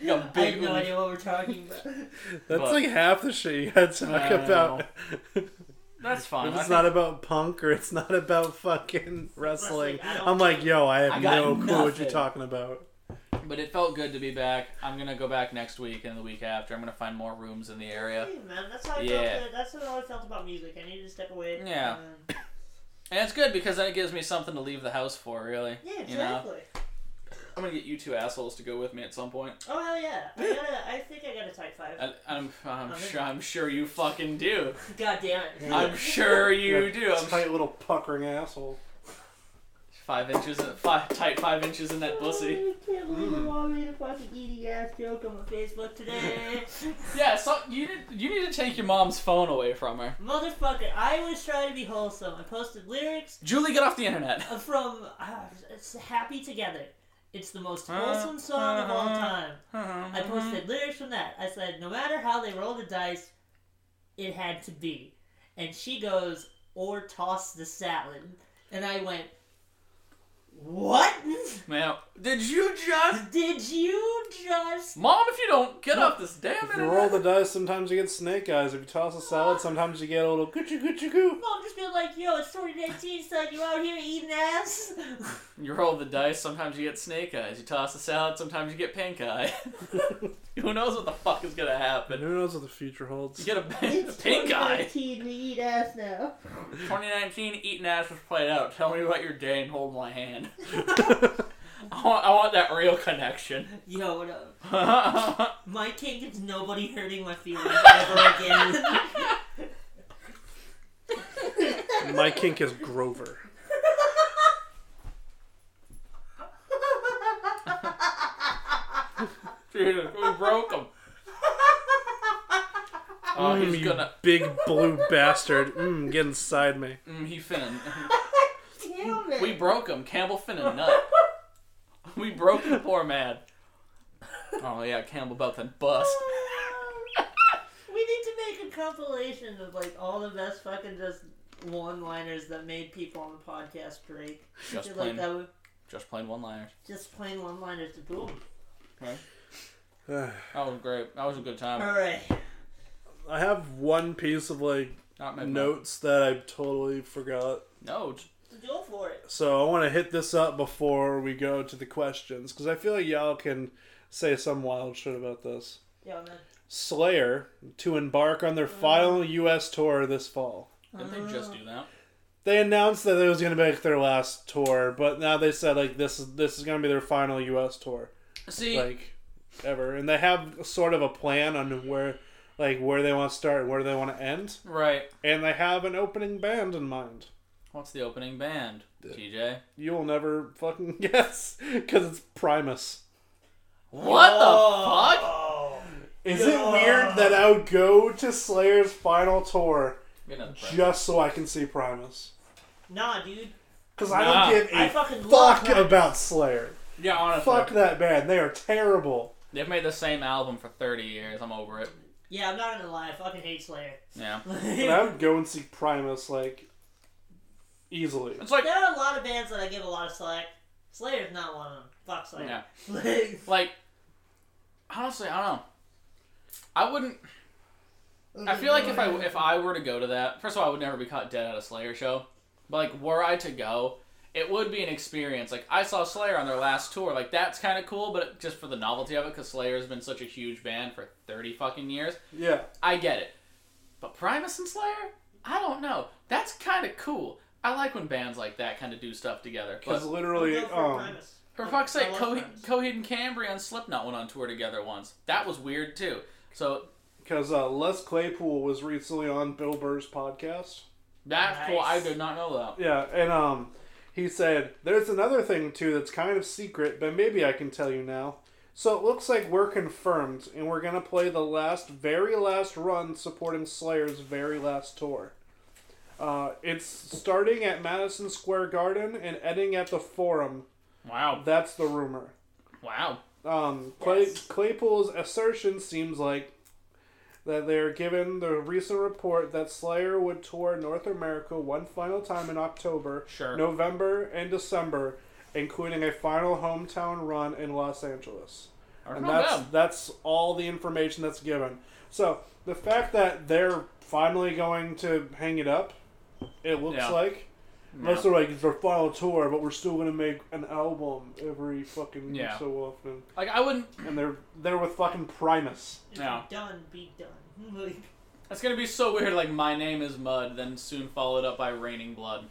He got a
I
big
have no
oof.
idea what we're talking about.
That's
But-
like half the shit you had to talk
I know.
about.
That's fine.
If
I
it's
think-
not about punk or it's not about fucking wrestling,
Wrestling, I don't-
I'm like, yo, I have
I got
no clue what
nothing.
you're talking about.
But it felt good to be back. I'm gonna go back next week and the week after. I'm gonna find more rooms in the area.
Hey, man, that's how I
Yeah.
felt. That's how I felt about music. I needed to step away. Um,
Yeah.
and-
And it's good because then it gives me something to leave the house for, really.
yeah, exactly.
You know? I'm gonna get you two assholes to go with me at some point.
Oh hell yeah! I gotta. I think I got a type five.
I, I'm, I'm sure I'm sure you fucking do.
God damn it!
I'm sure you do. I'm
Tight little puckering asshole.
five inches, five tight five inches in that pussy.
I can't believe Oh, you want me to fucking eat a ass joke on my Facebook today.
Yeah, so you need, you need to take your mom's phone away from her.
Motherfucker, I was trying to be wholesome. I posted lyrics
Julie, get off the internet.
from uh, it's Happy Together. It's the most wholesome song of all time. I posted lyrics from that. I said, no matter how they roll the dice, it had to be. And she goes, or toss the salad. And I went, what?
Now, did you just,
Did you just.
mom? If you don't get off this damn
If you roll
internet,
the dice, sometimes you get snake eyes. If you toss a salad, sometimes you get a little coochie coochie coo.
Mom just been like, yo, it's 2019, son, you out here eating ass?
you roll the dice. Sometimes you get snake eyes. You toss a salad. Sometimes you get pink eye. Who knows what the fuck is gonna
And
happen?
who knows what the future holds?
You get a pink eye.
2019, we eat ass now.
2019 eating ass was played out. Tell me about your day and hold my hand. I want, I want that real connection.
Yo, what up?
That's
My kink is nobody hurting my feelings ever again.
My kink is Grover.
Dude, we broke him. Oh, he's
Mm, you
gonna.
big blue bastard. Mmm, get inside me.
Mm, he finna.
Damn it.
We broke him. Campbell finna nut. We broke the poor man. Oh yeah, Campbell about to bust.
We need to make a compilation of like all the best fucking just one-liners that made people on the podcast great.
Just
Like,
plain,
that would-
just plain one liners.
just plain one-liners to boom.
That was great. That was a good
All
time.
right.
I have one piece of like
Not my
notes that I totally forgot.
Notes.
Go for it.
So I want to hit this up before we go to the questions because I feel like y'all can say some wild shit about this.
Yo, man.
Slayer to embark on their final U.S. tour this fall.
Didn't they just do that?
They announced that it was going to be like their last tour, but now they said like this is this is going to be their final U.S. tour.
See,
like ever and they have sort of a plan on where like where they want to start and where they want to end
right.
and they have an opening band in mind
What's the opening band, TJ?
you'll never fucking guess because it's primus
What the fuck?
is it weird that i would go to slayer's final tour just so i can see primus
Nah, dude.
because
Nah.
i don't give a
I fucking love
fuck
Primus.
about slayer
Yeah, honestly,
fuck that band they are terrible
they've made the same album for 30 years. I'm over it.
Yeah, I'm not gonna lie. I fucking hate Slayer.
Yeah,
but i would go and see primus like easily
it's like
There are a lot of bands that I give a lot of slack. Slayer's not one of them. Fuck Slayer. Like,
like honestly, I don't know. I wouldn't. I feel like if I if I were to go to that, first of all, I would never be caught dead at a Slayer show. But like, were I to go, it would be an experience. Like I saw Slayer on their last tour. Like that's kind of cool, but just for the novelty of it, because Slayer's been such a huge band for 30 fucking years.
yeah
I get it. But Primus and Slayer? I don't know. That's kind of cool. I like when bands like that kind of do stuff together. But
because literally
go for
um,
Primus.
for fuck's
I
sake,
love
Cohe-
Primus.
Coheed and Cambria and Slipknot went on tour together once. That was weird too. So
Because uh, Les Claypool was recently on Bill Burr's podcast.
that's cool. I
Nice.
did not know that.
Yeah, and um, he said, There's another thing, too, that's kind of secret, but maybe I can tell you now. So it looks like we're confirmed, and we're going to play the last, very last run supporting Slayer's very last tour. Uh, it's starting at Madison Square Garden and ending at the Forum.
Wow.
That's the rumor.
Wow.
Um, Clay,
Yes.
Claypool's assertion seems like that they are given the recent report that Slayer would tour North America one final time in October,
Sure.
November, and December, including a final hometown run in Los Angeles. And
Not
that's
bad.
that's all the information that's given. So the fact that they're finally going to hang it up, it looks
Yeah.
like. Most of like it's our final tour, but we're still gonna make an album every fucking
Yeah.
so often.
Like I wouldn't.
And they're they're with fucking Primus.
No,
Done, be done. Like,
that's gonna be so weird. Like my name is Mud, then soon followed up by Raining Blood.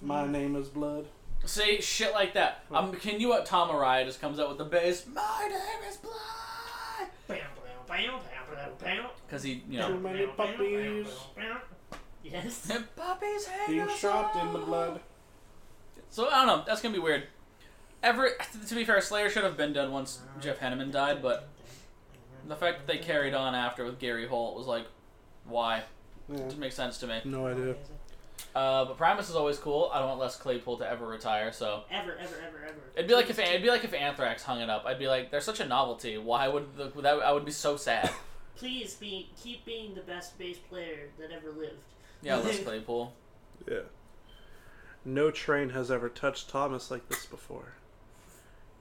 My name is Blood.
Say shit like that. Um, can you? Uh, Tom Araya just comes out with the bass. My name is Blood.
bam, bam, bam, bam,
Because he, you
Too
know,
many
bam, bam,
puppies
bam, bam. Yes.
and puppies hang
being
us
chopped in the
up."
blood.
So I don't know. That's gonna be weird. Every to be fair, Slayer should have been done once Jeff Hanneman died, but the fact that they carried on after with Gary Holt was like, why?
Yeah.
Doesn't make sense to me.
No idea.
Uh, but Primus is always cool. I don't want Les Claypool to ever retire, so
Ever, ever, ever, ever.
it'd be like if it'd be like if Anthrax hung it up. I'd be like, they're such a novelty. Why would the, that? I would be so sad.
Please be keep being the best bass player that ever lived.
Yeah, Les Claypool.
Yeah. No train has ever touched Thomas like this before.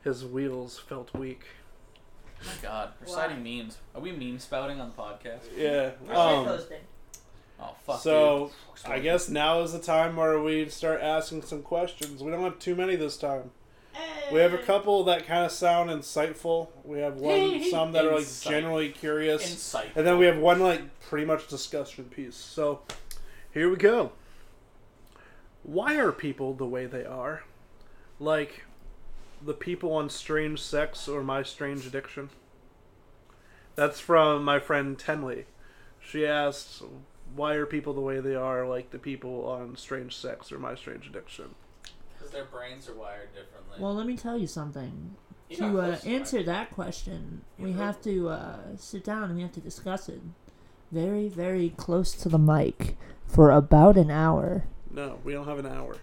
His wheels felt weak.
My God, reciting memes. Are we meme spouting on the podcast?
Yeah. um,
Where's my posting?
Oh fuck.
So
dude.
I guess now is the time where we start asking some questions. We don't have too many this time. We have a couple that kind of sound insightful. We have one some that are like
Insight.
generally curious,
Insight.
and then we have one like pretty much discussion piece. So here we go. Why are people the way they are? Like the people on Strange Sex or My Strange Addiction. That's from my friend Tenley. She asked, "Why are people the way they are? Like the people on Strange Sex or My Strange Addiction?"
Because their brains are wired differently.
Well, let me tell you something.
You got
to uh,
close to
answer that question, we have to uh, sit down and we have to discuss it very, very close to the mic for about an hour.
No, we don't have an hour.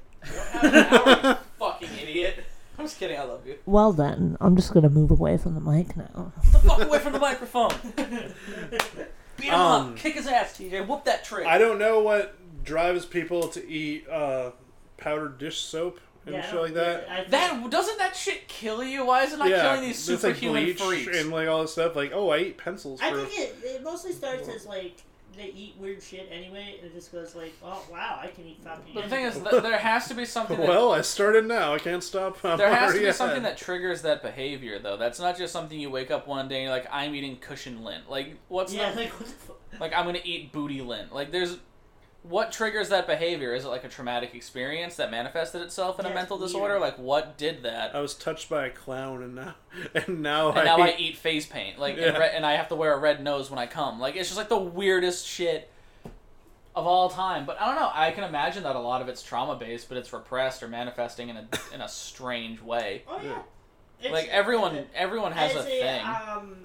fucking idiot. I'm just kidding. I love you.
Well, then, I'm just going to move away from the mic now.
fuck away from the microphone. Beat him
Um,
up. Kick his ass, TJ. Whoop that trick.
I don't know what drives people to eat uh, powdered dish soap and shit like that.
that doesn't that shit kill you? Why isn't I
yeah,
killing these
it's like
superhuman
bleach
freaks?
and like all this stuff. Like, oh, I eat pencils.
I
for...
think it, it mostly starts as like they eat weird shit anyway, and it just goes like, oh wow, I can eat fucking.
the thing is, th- there has to be something. That,
Well, I started now. I can't stop. I'm
there has to
already
be something
ahead.
that triggers that behavior, though. That's not just something you wake up one day and you're like, I'm eating cushion lint. Like, what's
yeah,
the-
like what the fuck?
like I'm gonna eat booty lint. Like, there's what triggers that behavior? Is it like a traumatic experience that manifested itself in
Yeah,
a
it's
mental
weird.
disorder? Like, what did that?
I was touched by a clown, and now and now I
and now I
eat-
eat face paint. Like,
Yeah.
and, re- and I have to wear a red nose when I come. Like, it's just like the weirdest shit of all time. But I don't know. I can imagine that a lot of it's trauma based, but it's repressed or manifesting in a in a strange way.
Oh yeah. It's-
Like everyone, everyone has a
I'd say,
thing.
Um,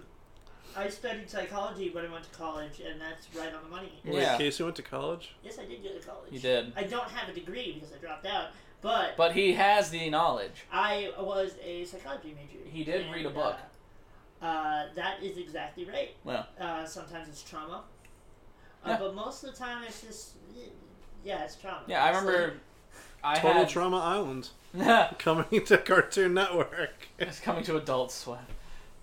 I studied psychology when I went to college, and that's right on the money.
Wait,
yeah.
Casey went to college.
Yes, I did go to college.
You did.
I don't have a degree because I dropped out, but,
But he has the knowledge.
I was a psychology major.
He did
and,
read a book.
Uh, uh, that is exactly right.
Well,
Uh, sometimes it's trauma, uh,
Yeah.
but most of the time it's just yeah, it's trauma.
yeah, I
It's
remember. I
Total
had,
Trauma Island
trauma.
coming to Cartoon Network.
It's coming to adult sweat.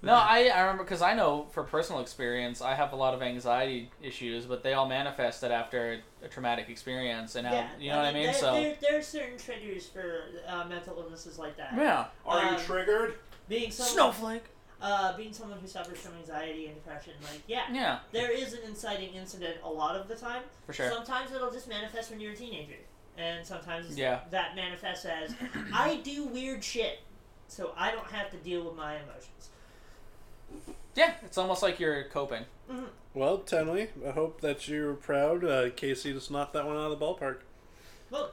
No, I, I remember because I know for personal experience, I have a lot of anxiety issues, but they all manifested after a traumatic experience, and how,
Yeah,
um, you know what I mean.
There,
so
there, there are certain triggers for uh, mental illnesses like that.
yeah,
Are you
Um,
triggered?
Being someone,
snowflake.
Uh, being someone who suffers from anxiety and depression, like yeah,
Yeah,
there is an inciting incident a lot of the time.
for sure.
Sometimes it'll just manifest when you're a teenager, and sometimes
Yeah.
that manifests as I do weird shit, so I don't have to deal with my emotions.
yeah, it's almost like you're coping.
Well, Tenley, I hope that you're proud. Uh, Casey just knocked that one out of the ballpark.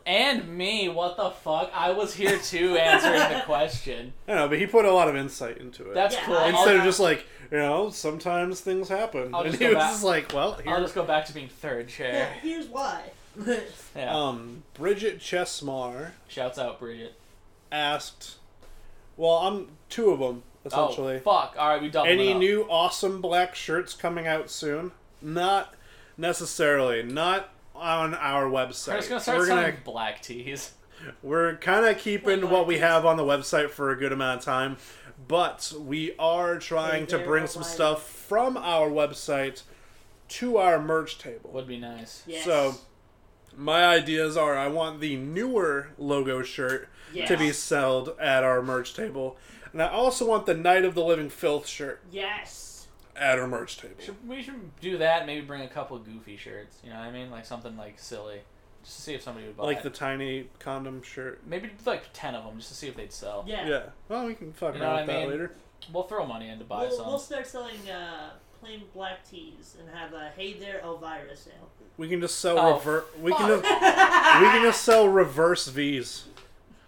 And me, what the fuck? I was here too, answering the question.
I don't know, but he put a lot of insight into it.
That's
Yeah,
cool.
I-
I'll-
Instead of just like, you know, sometimes things happen.
I'll
and
just
he
go
was
back.
just like, well,
I'll
here.
just go back to being third
Yeah,
chair.
here's why.
Yeah.
Um, Bridget Chesmar
Shouts out, Bridget.
asked, well, I'm two of them,
Oh
essentially.
fuck! All right, we doubled.
Any
it up.
new awesome black shirts coming out soon? Not necessarily. Not on our website.
We're just gonna start
We're
selling
gonna
black teas.
we're kind of keeping what we have on the website for a good amount of time, but we are trying to bring some stuff from our website to our merch table.
Would be nice.
Yes.
So, my ideas are I want the newer logo shirt to be
Yes.
sold at our merch table, and I also want the Night of the Living Filth shirt
yes.
at our merch table.
We should do that. Maybe bring a couple goofy shirts. You know what I mean? Like something like silly, just to see if somebody would buy.
Like
it.
the tiny condom shirt.
maybe like ten of them, just to see if they'd sell.
Yeah.
Yeah. Well, we can fuck
You know
around
what
with
I
that
mean?
later.
We'll throw money in to buy
We'll,
some.
we'll start selling uh, plain black teas and have a hey there Elvira sale.
We can just sell
Oh,
reverse. We can just, we can just sell reverse V's.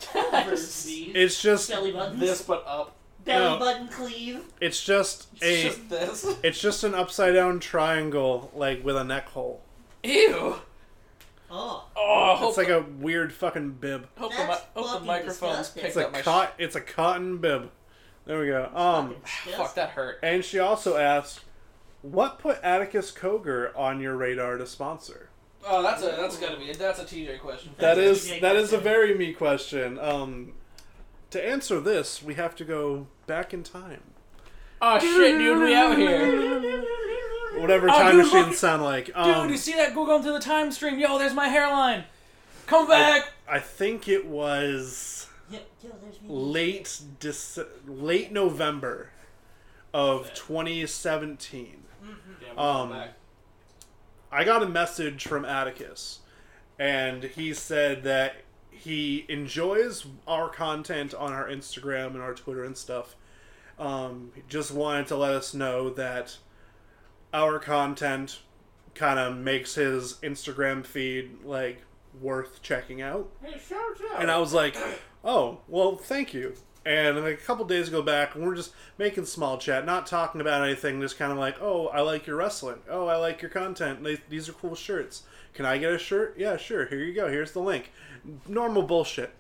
Versus
It's just
belly buttons.
this, but up.
no.
belly button cleave.
it's just
It's
a
just this.
it's just an upside down triangle like with a neck hole.
Ew.
Oh.
Oh, I hope,
It's like a weird fucking bib.
hope, the, mi-
That's
hope the
fucking
microphone's
disgusting.
picked
It's a
up my.
cot. It's a cotton bib. There we go. Um,
Fuck that hurt.
and she also asked, "What put Atticus Koger on your radar to sponsor?"
Oh, that's a that's gotta be that's a TJ question.
That
That's
is
a TJ
that is a
question.
very me question. Um, to answer this, we have to go back in time.
Oh shit, dude, we out here.
Whatever
Oh,
time
dude,
machines
look-
sound like. Um,
Dude, you see that Google through the time stream? Yo, there's my hairline. Come back.
I think it was
Yo, yo, there's me.
late Dece- late November of 2017. Um, I got a message from Atticus, and he said that he enjoys our content on our Instagram and our Twitter and stuff. Um, he just wanted to let us know that our content kind of makes his Instagram feed like worth checking out. And I was like, oh, well, thank you. And like a couple days go back, and we're just making small chat, not talking about anything, just kind of like, oh, I like your wrestling. Oh, I like your content. They- These are cool shirts. Can I get a shirt? Yeah, sure. Here you go. Here's the link. Normal bullshit.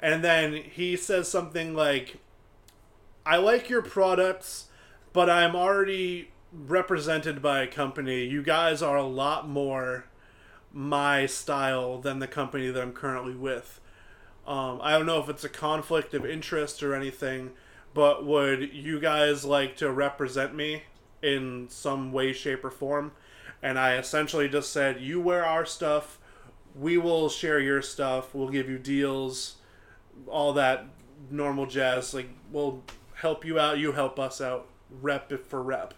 And then he says something like, I like your products, but I'm already represented by a company. You guys are a lot more my style than the company that I'm currently with. Um, I don't know if it's a conflict of interest or anything, but would you guys like to represent me in some way, shape, or form? And I essentially just said, You wear our stuff, we will share your stuff, we'll give you deals, all that normal jazz. Like, we'll help you out, you help us out, rep for rep.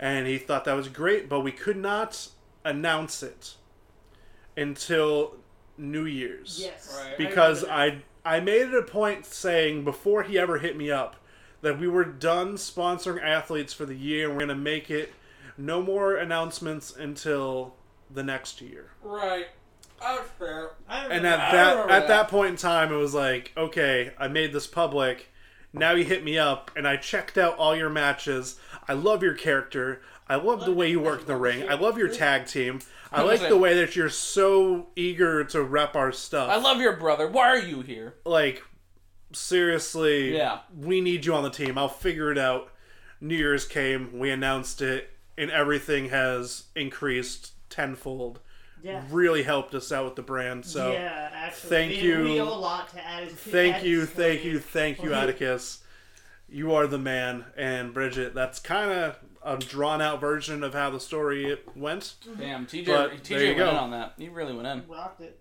And he thought that was great, but we could not announce it until New Year's
Yes.
Right.
because I I made it a point saying before he ever hit me up that we were done sponsoring athletes for the year and we're gonna make it no more announcements until the next year.
Right. Out fair.
I
And
remember
at
I
that
remember
at that
that.
point in time it was like, okay, I made this public. Now you hit me up and I checked out all your matches. I love your character. I love the way you work in the ring. I love your tag team. I like the way that you're so eager to rep our stuff.
I love your brother. Why are you here?
like seriously
Yeah.
we need you on the team i'll figure it out new year's came we announced it and everything has increased tenfold
yeah.
really helped us out with the brand so
yeah, actually,
thank
we,
you.
We owe a lot to Addis.
thank you thank you thank you atticus you are the man and bridget that's kind of a drawn out version of how the story went
Damn, TJ.
But
TJ
there you
went
go.
in on that. He really went in.
Rocked it.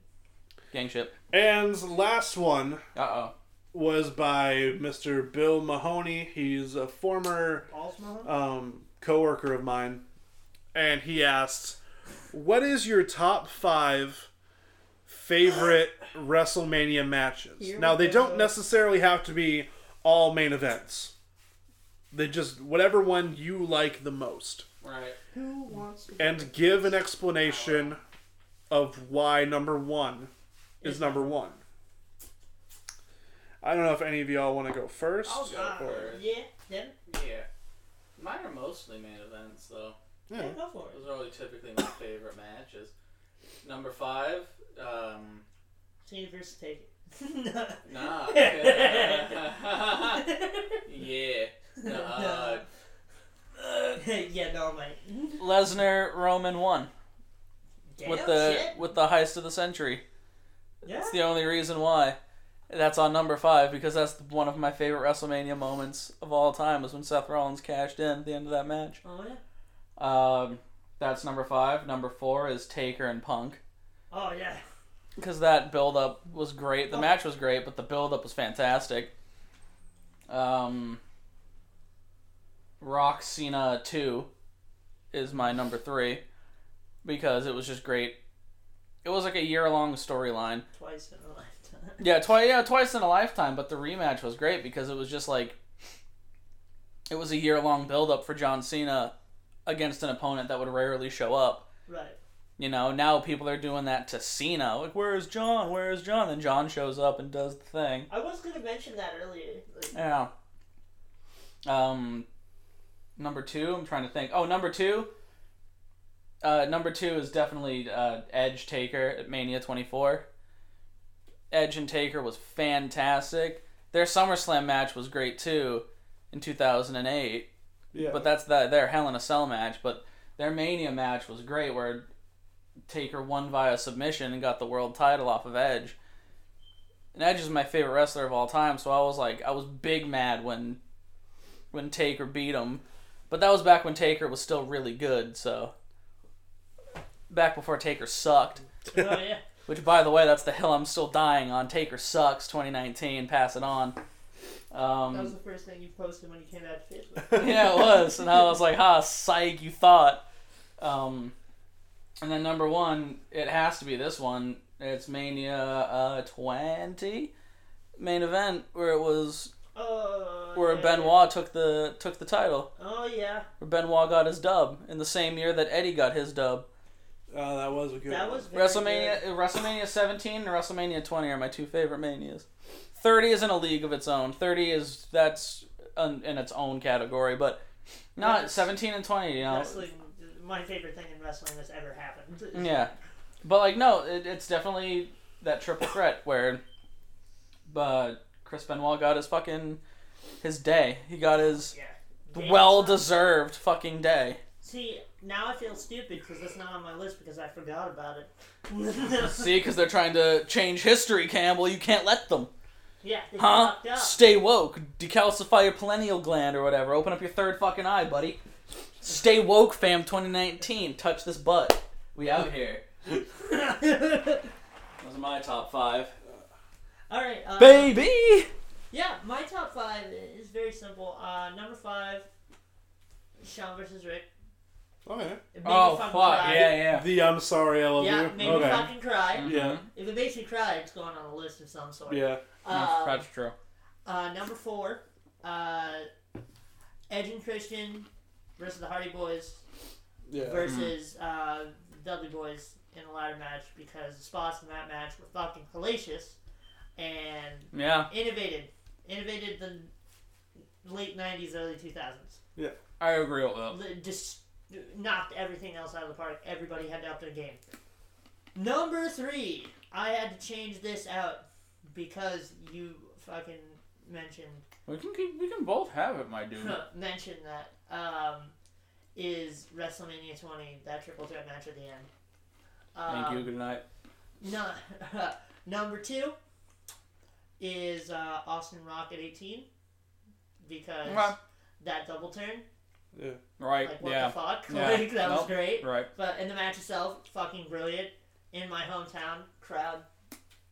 Gang ship.
and last one
Uh oh.
was by mr bill mahoney he's a former
Balls, Mahone?
um, coworker of mine, and he asked, "What is your top five favorite WrestleMania matches?" now they don't necessarily have to be all main events. They just whatever one you like the most,
Right.
Who wants to
and give an explanation of why number one is number one. I don't know if any of y'all want to go 1st or-
Yeah, yeah,
Yeah. Mine are mostly main events though.
yeah.
go for it.
Those are really typically my favorite matches. Number five. Um. ah,
Team versus take it.
Nah. yeah. No, uh, uh, it.
yeah, normally.
Lesnar Roman won
Damn
with the
shit.
with the heist of the century.
yeah.
That's the only reason why. That's on number five because that's one of my favorite WrestleMania moments of all time was when Seth Rollins cashed in at the end of that match.
oh, yeah.
Um, that's number five. Number four is Taker and Punk
Oh, yeah.
because that build up was great. The match was great, but the build up was fantastic. Um, Rock Cena two is my number three because it was just great. It was like a year long storyline.
Twice in a lifetime.
Yeah, twice. Yeah, twice in a lifetime. But the rematch was great because it was just like it was a year long build up for John Cena against an opponent that would rarely show up.
Right.
You know, now people are doing that to Cena. Like, where is John? Where is John? Then John shows up and does the thing.
I was going to mention that earlier. Like,
Yeah. Um, number two, I'm trying to think. Oh, number two. Uh, number two is definitely uh, Edge Taker at Mania 24. Edge and Taker was fantastic. Their SummerSlam match was great too, in 2008.
Yeah.
But that's the, their Hell in a Cell match. But their Mania match was great, where Taker won via submission and got the world title off of Edge. And Edge is my favorite wrestler of all time, so I was like, I was big mad when when Taker beat him. But that was back when Taker was still really good, so back before Taker sucked.
oh, yeah.
Which, by the way, that's the hill I'm still dying on. Taker sucks, 2019. Pass it on. Um,
That was the first thing you posted when you came out to Facebook.
yeah, it was. And I was like, ha, psych, you thought. Um, and then number one, it has to be this one. It's Mania uh, 20 main event where it was
Oh,
where
yeah.
Benoit took the took the title.
Oh, yeah.
Where Benoit got his dub in the same year that Eddie got his dub.
Oh, that was a good.
That
one.
was very
WrestleMania WrestleMania 17 and WrestleMania 20 are my two favorite manias. 30 is in a league of its own. 30 is that's un, in its own category, but not 17 and 20. You know,
Good. Wrestling, my favorite thing in wrestling that's ever happened.
Yeah, but like no, it, it's definitely that triple threat where, but Chris Benoit got his fucking his day. He got his
Yeah.
well deserved fucking day.
See, now I feel stupid because that's not on my list because I forgot about it.
See, because they're trying to change history, Campbell. You can't let them,
yeah, they
huh?
fucked up.
Stay woke. Decalcify your pineal gland or whatever. Open up your third fucking eye, buddy. Stay woke, fam. 2019. Touch this butt. We out here. Those are my top five,
All right. Uh,
baby.
Yeah, my top five is very simple. Uh, number five, Sean versus Rick.
okay.
It made me
Oh
fucking
fuck!
cry.
Yeah, yeah.
The I'm sorry, I love
Yeah,
you.
made me
okay.
fucking cry.
yeah.
If it makes me cry, it's going on a list of some sort.
Yeah.
Uh,
That's true.
Uh, number four, uh, Edge and Christian versus the Hardy Boys
Yeah. Mm.
versus uh, Dudley Boys in a ladder match because the spots in that match were fucking hellacious and
Yeah.
innovated, innovated the late '90s, early 2000s.
I agree with that.
Li- Just knocked everything else out of the park. Everybody had to up their game. Number three, I had to change this out because you fucking mentioned
We can keep, we can both have it, my dude.
mention that um, is WrestleMania 20, that triple threat match at the end. Um,
Thank you. Good night.
No, number two is uh, Austin Rock at 18 because
Okay.
that double turn,
Right.
like what
Yeah.
the fuck,
Yeah.
like that was
Nope.
great.
Right.
But in the match itself, fucking brilliant. In my hometown, crowd,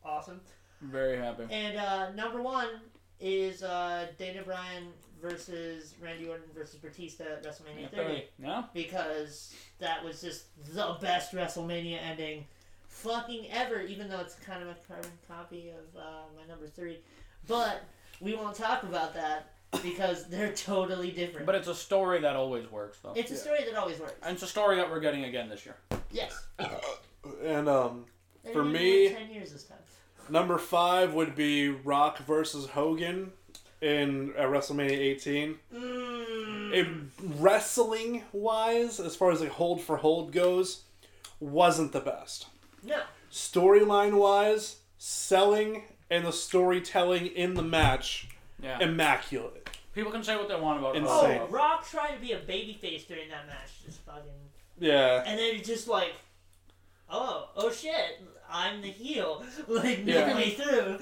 awesome.
Very happy.
And uh, number one is uh, Dana Bryan versus Randy Orton versus Batista at WrestleMania 30
Yeah.
because that was just the best WrestleMania ending fucking ever, even though it's kind of a carbon copy of uh, my number three. But we won't talk about that because they're totally different.
But it's a story that always works, though.
it's a story that always works.
and it's a story that we're getting again this year.
Yes.
And um,
They're
For
gonna do
me-
it 10 years this time.
number five would be Rock versus Hogan in at WrestleMania 18.
Mm.
wrestling wise, as far as like hold for hold goes, wasn't the best.
No.
Storyline wise, selling and the storytelling in the match,
Yeah.
immaculate.
People can say what they want about
Insane.
Raw.
Oh, Rock tried to be a babyface during that match. Just fucking.
Yeah.
And then you're just like, oh, oh shit, I'm the heel. Like,
Yeah.
midway through.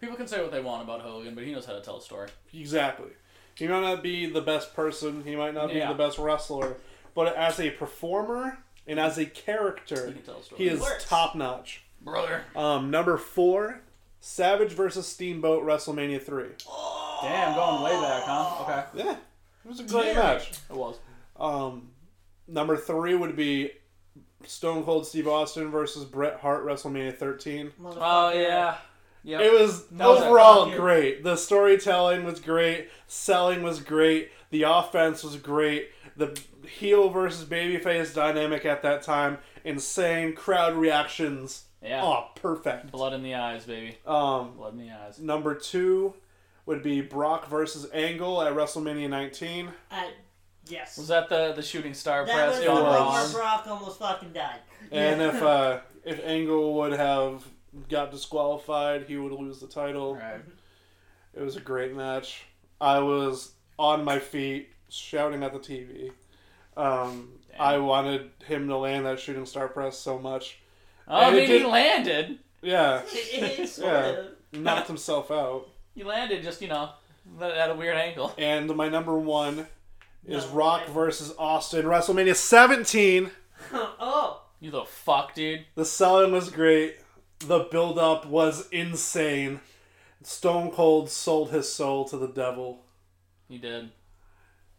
People can say what they want about Hogan, but he knows how to tell a story.
Exactly. He might not be the best person. He might not be
Yeah.
the best wrestler, but as a performer and as a character,
He can tell a story.
he is
Works.
top notch.
Brother.
Um, number four, Savage versus Steamboat WrestleMania three.
Damn, going way back, huh? Okay.
Yeah, it was a great
Yeah.
match.
It was.
Um, number three would be Stone Cold Steve Austin versus Bret Hart WrestleMania 13.
Oh,
Motherfucker.
yeah.
It was
was a
overall
fucking-
great. The storytelling was great. Selling was great. The offense was great. The heel versus babyface dynamic at that time, insane crowd reactions.
Yeah.
Oh, perfect.
Blood in the eyes, baby.
Um,
Blood in the eyes.
number two would be Brock versus Angle at WrestleMania 19.
Uh, yes.
Was that the, the shooting star
That
press
was the
gone
one
wrong?
where Brock almost fucking died.
And if uh, if Angle would have got disqualified, he would lose the title.
Right.
It was a great match. I was on my feet shouting at the TV. Um, I wanted him to land that shooting star press so much.
Oh, I
And it
mean, he
did-
landed.
Yeah,
It, it sort
yeah,
of.
knocked himself out.
He landed just, you know, at a weird angle.
And my number one is
No,
Rock
I-
versus Austin, WrestleMania 17.
oh,
You little fuck, dude.
The selling was great. The build up was insane. Stone Cold sold his soul to the devil.
He did.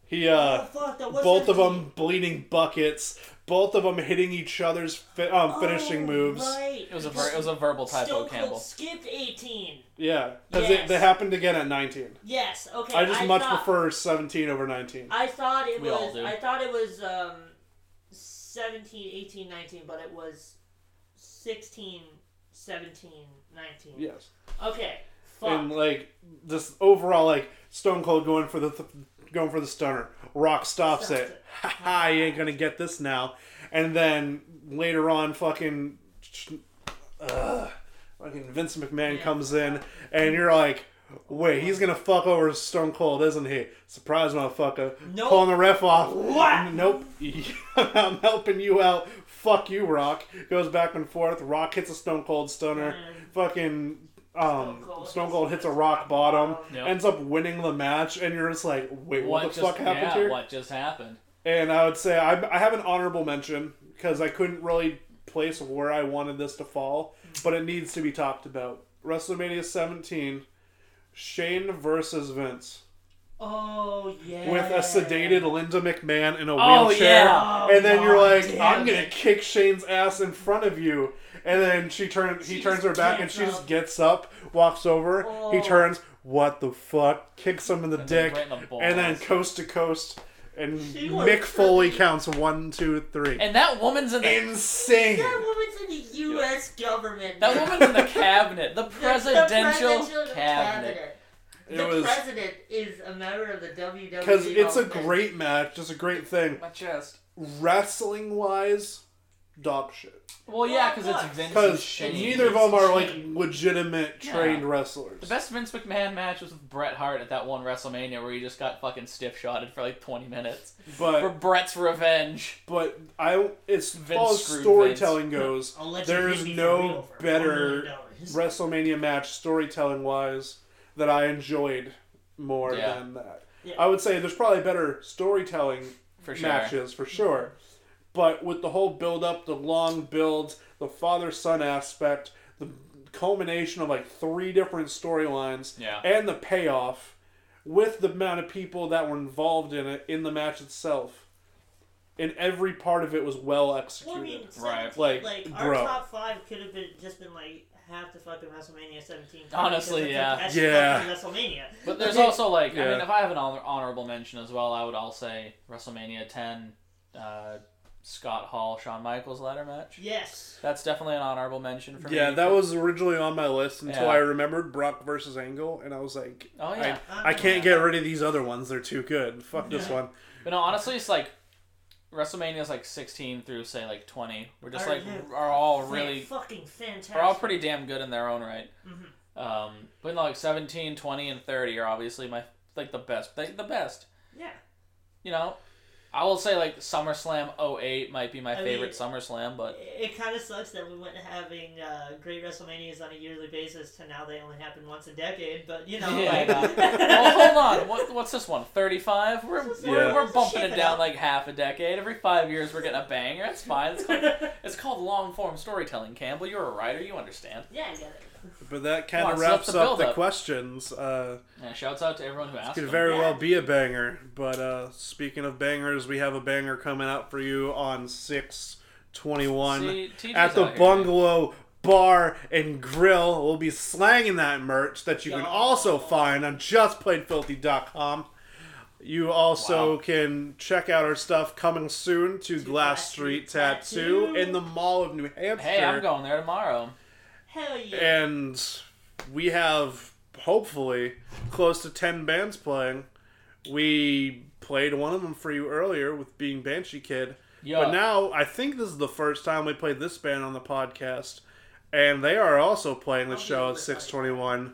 He uh,
oh, fuck, that was
both
the
of them bleeding buckets, both of them hitting each other's fi- um, finishing
Oh,
moves.
Right.
It was a ver- it was a verbal typo,
Stone
Campbell.
Cold skipped 18.
Yeah, because
Yes.
they happened again at 19.
Yes. Okay.
I just much
thought,
prefer 17 over 19.
I thought it
We all
was.
do.
I thought it was um, 17, 18, 19, but it was 16, 17, 19.
yes,
Okay. Fuck.
and like this overall, like Stone Cold going for the th- going for the stunner. Rock stops
Stops
it.
it.
Ha ha! You ain't gonna get this now. And then later on, fucking, uh, fucking Vince McMahon comes in, and you're like. Wait, he's gonna fuck over Stone Cold, isn't he? Surprise, motherfucker!
Nope.
Pulling the ref off.
What?
Nope. I'm helping you out. Fuck you, Rock. Goes back and forth. Rock hits a Stone Cold Stunner. Fucking um, Stone
Stone
Cold,
Cold
hits a rock bottom.
Yep.
Ends up winning the match, and you're just like, wait, what,
What
the
just
fuck happened
yeah,
here?
What just happened?
And I would say I, I have an honorable mention because I couldn't really place where I wanted this to fall, but it needs to be talked about. WrestleMania 17, Shane versus Vince
oh yeah.
with a sedated Linda McMahon in a
Oh,
wheelchair,
yeah.
and then you're like,
damn
"I'm gonna
it."
kick Shane's ass in front of you," and then she turns, he
She
turns
just
her back, and
gets
she just
up.
gets up, walks over, he
Oh.
turns, what the fuck, kicks him in the
then
dick,
right in the balls.
and then coast to coast, and
She was
Mick Foley
pretty-
counts one, two, three.
And that woman's in the
Insane.
That woman's in the U.S. government.
that
man.
woman's in the cabinet, the
The- the
presidential,
presidential
cabinet.
It
the
was
president is a member of the E WWE.
because it's a
Hall of Fame.
great match, just a great thing.
My chest.
Wrestling wise, dog shit.
Well, yeah, because it's
Well,
Vince and
Because
Shane.
neither of
It's
them are like
Shane.
legitimate trained wrestlers.
The best Vince McMahon match was with Bret Hart at that one WrestleMania where he just got fucking stiff shotted for like 20 minutes for
but
Bret's revenge.
but I as
Vince
far as
screwed
storytelling goes,
I'll let you
there
hit
is
me for real
no
for
better
$1 million.
WrestleMania match storytelling wise that I enjoyed more
Yeah.
than that.
Yeah.
I would say there's probably better storytelling
For sure.
matches for sure. But with the whole build up, the long build, the father son aspect, the culmination of like three different storylines,
Yeah.
and the payoff with the amount of people that were involved in it in the match itself. And every part of it was well
Well, I
executed.
mean,
Right.
17,
Like,
like, our
bro.
top five could have been just been like half the fucking WrestleMania 17.
Honestly,
because it's
yeah.
like, that's
Yeah.
fucking WrestleMania.
But there's also like, I
Yeah.
mean, if I have an honor- honorable mention as well, I would all say WrestleMania 10, uh, Scott Hall, Shawn Michaels ladder match.
yes.
That's definitely an honorable mention for me.
yeah, that was originally on my list until
Yeah.
I remembered Brock versus Angle, and I was like,
Oh yeah,
I, I can't get rid of these other ones. They're too good. Fuck this one.
but no, honestly, it's like WrestleMania's like 16 through say like 20. We're just
Are
like
you-
are all
Fan-
really
fucking fantastic.
are all pretty
Mm-hmm.
damn good in their own right. Um, but no, like 17, 20, and 30 are obviously my like the best, like the best.
Yeah.
You know, I will say like SummerSlam 08 might be my
I
favorite
mean-
SummerSlam, but
It kind of sucks that we went having uh, great WrestleManias on a yearly basis to now they only happen once a decade. But you know,
Yeah.
like,
well, hold on. What, what's this one? Thirty-five. We're
This is
we're,
it.
we're bumping
Shape
it
it
down
up.
like half a decade. Every five years, we're getting a banger. That's fine. It's called, it's called long-form storytelling. Campbell, you're a writer. You understand.
yeah, I get it.
But that kind
Well,
of
it's not
wraps
the
up the
buildup. Oh,
questions. Uh,
And shouts out to everyone who asked.
could
them.
very
Yeah.
well be a banger. But uh, speaking of bangers, we have a banger coming out for you on six twenty one
See, TJ's
at the
out here.
Bungalow Bar and Grill. We'll be slanging that merch that you can
Yo.
also find on justplayedfilthy.com. You also
Wow.
can check out our stuff coming soon to Glass
Glass
Street
Street
Tattoo,
Tattoo.
in the Mall of New Hampshire
Hey, I'm going there tomorrow.
Hell yeah.
Eh.
and we have hopefully close to 10 bands playing we played one of them for you earlier with being banshee kid
Yeah.
but now i think this is the first time we played this band on the podcast and they are also playing the
I'll be
show
able
at
to
621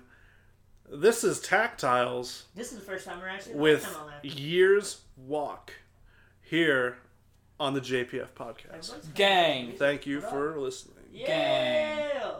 this is tactiles
This is the first time we're actually
with
working on that.
years walk here on the jpf podcast
Let's-
Gang.
thank you for listening
Yeah.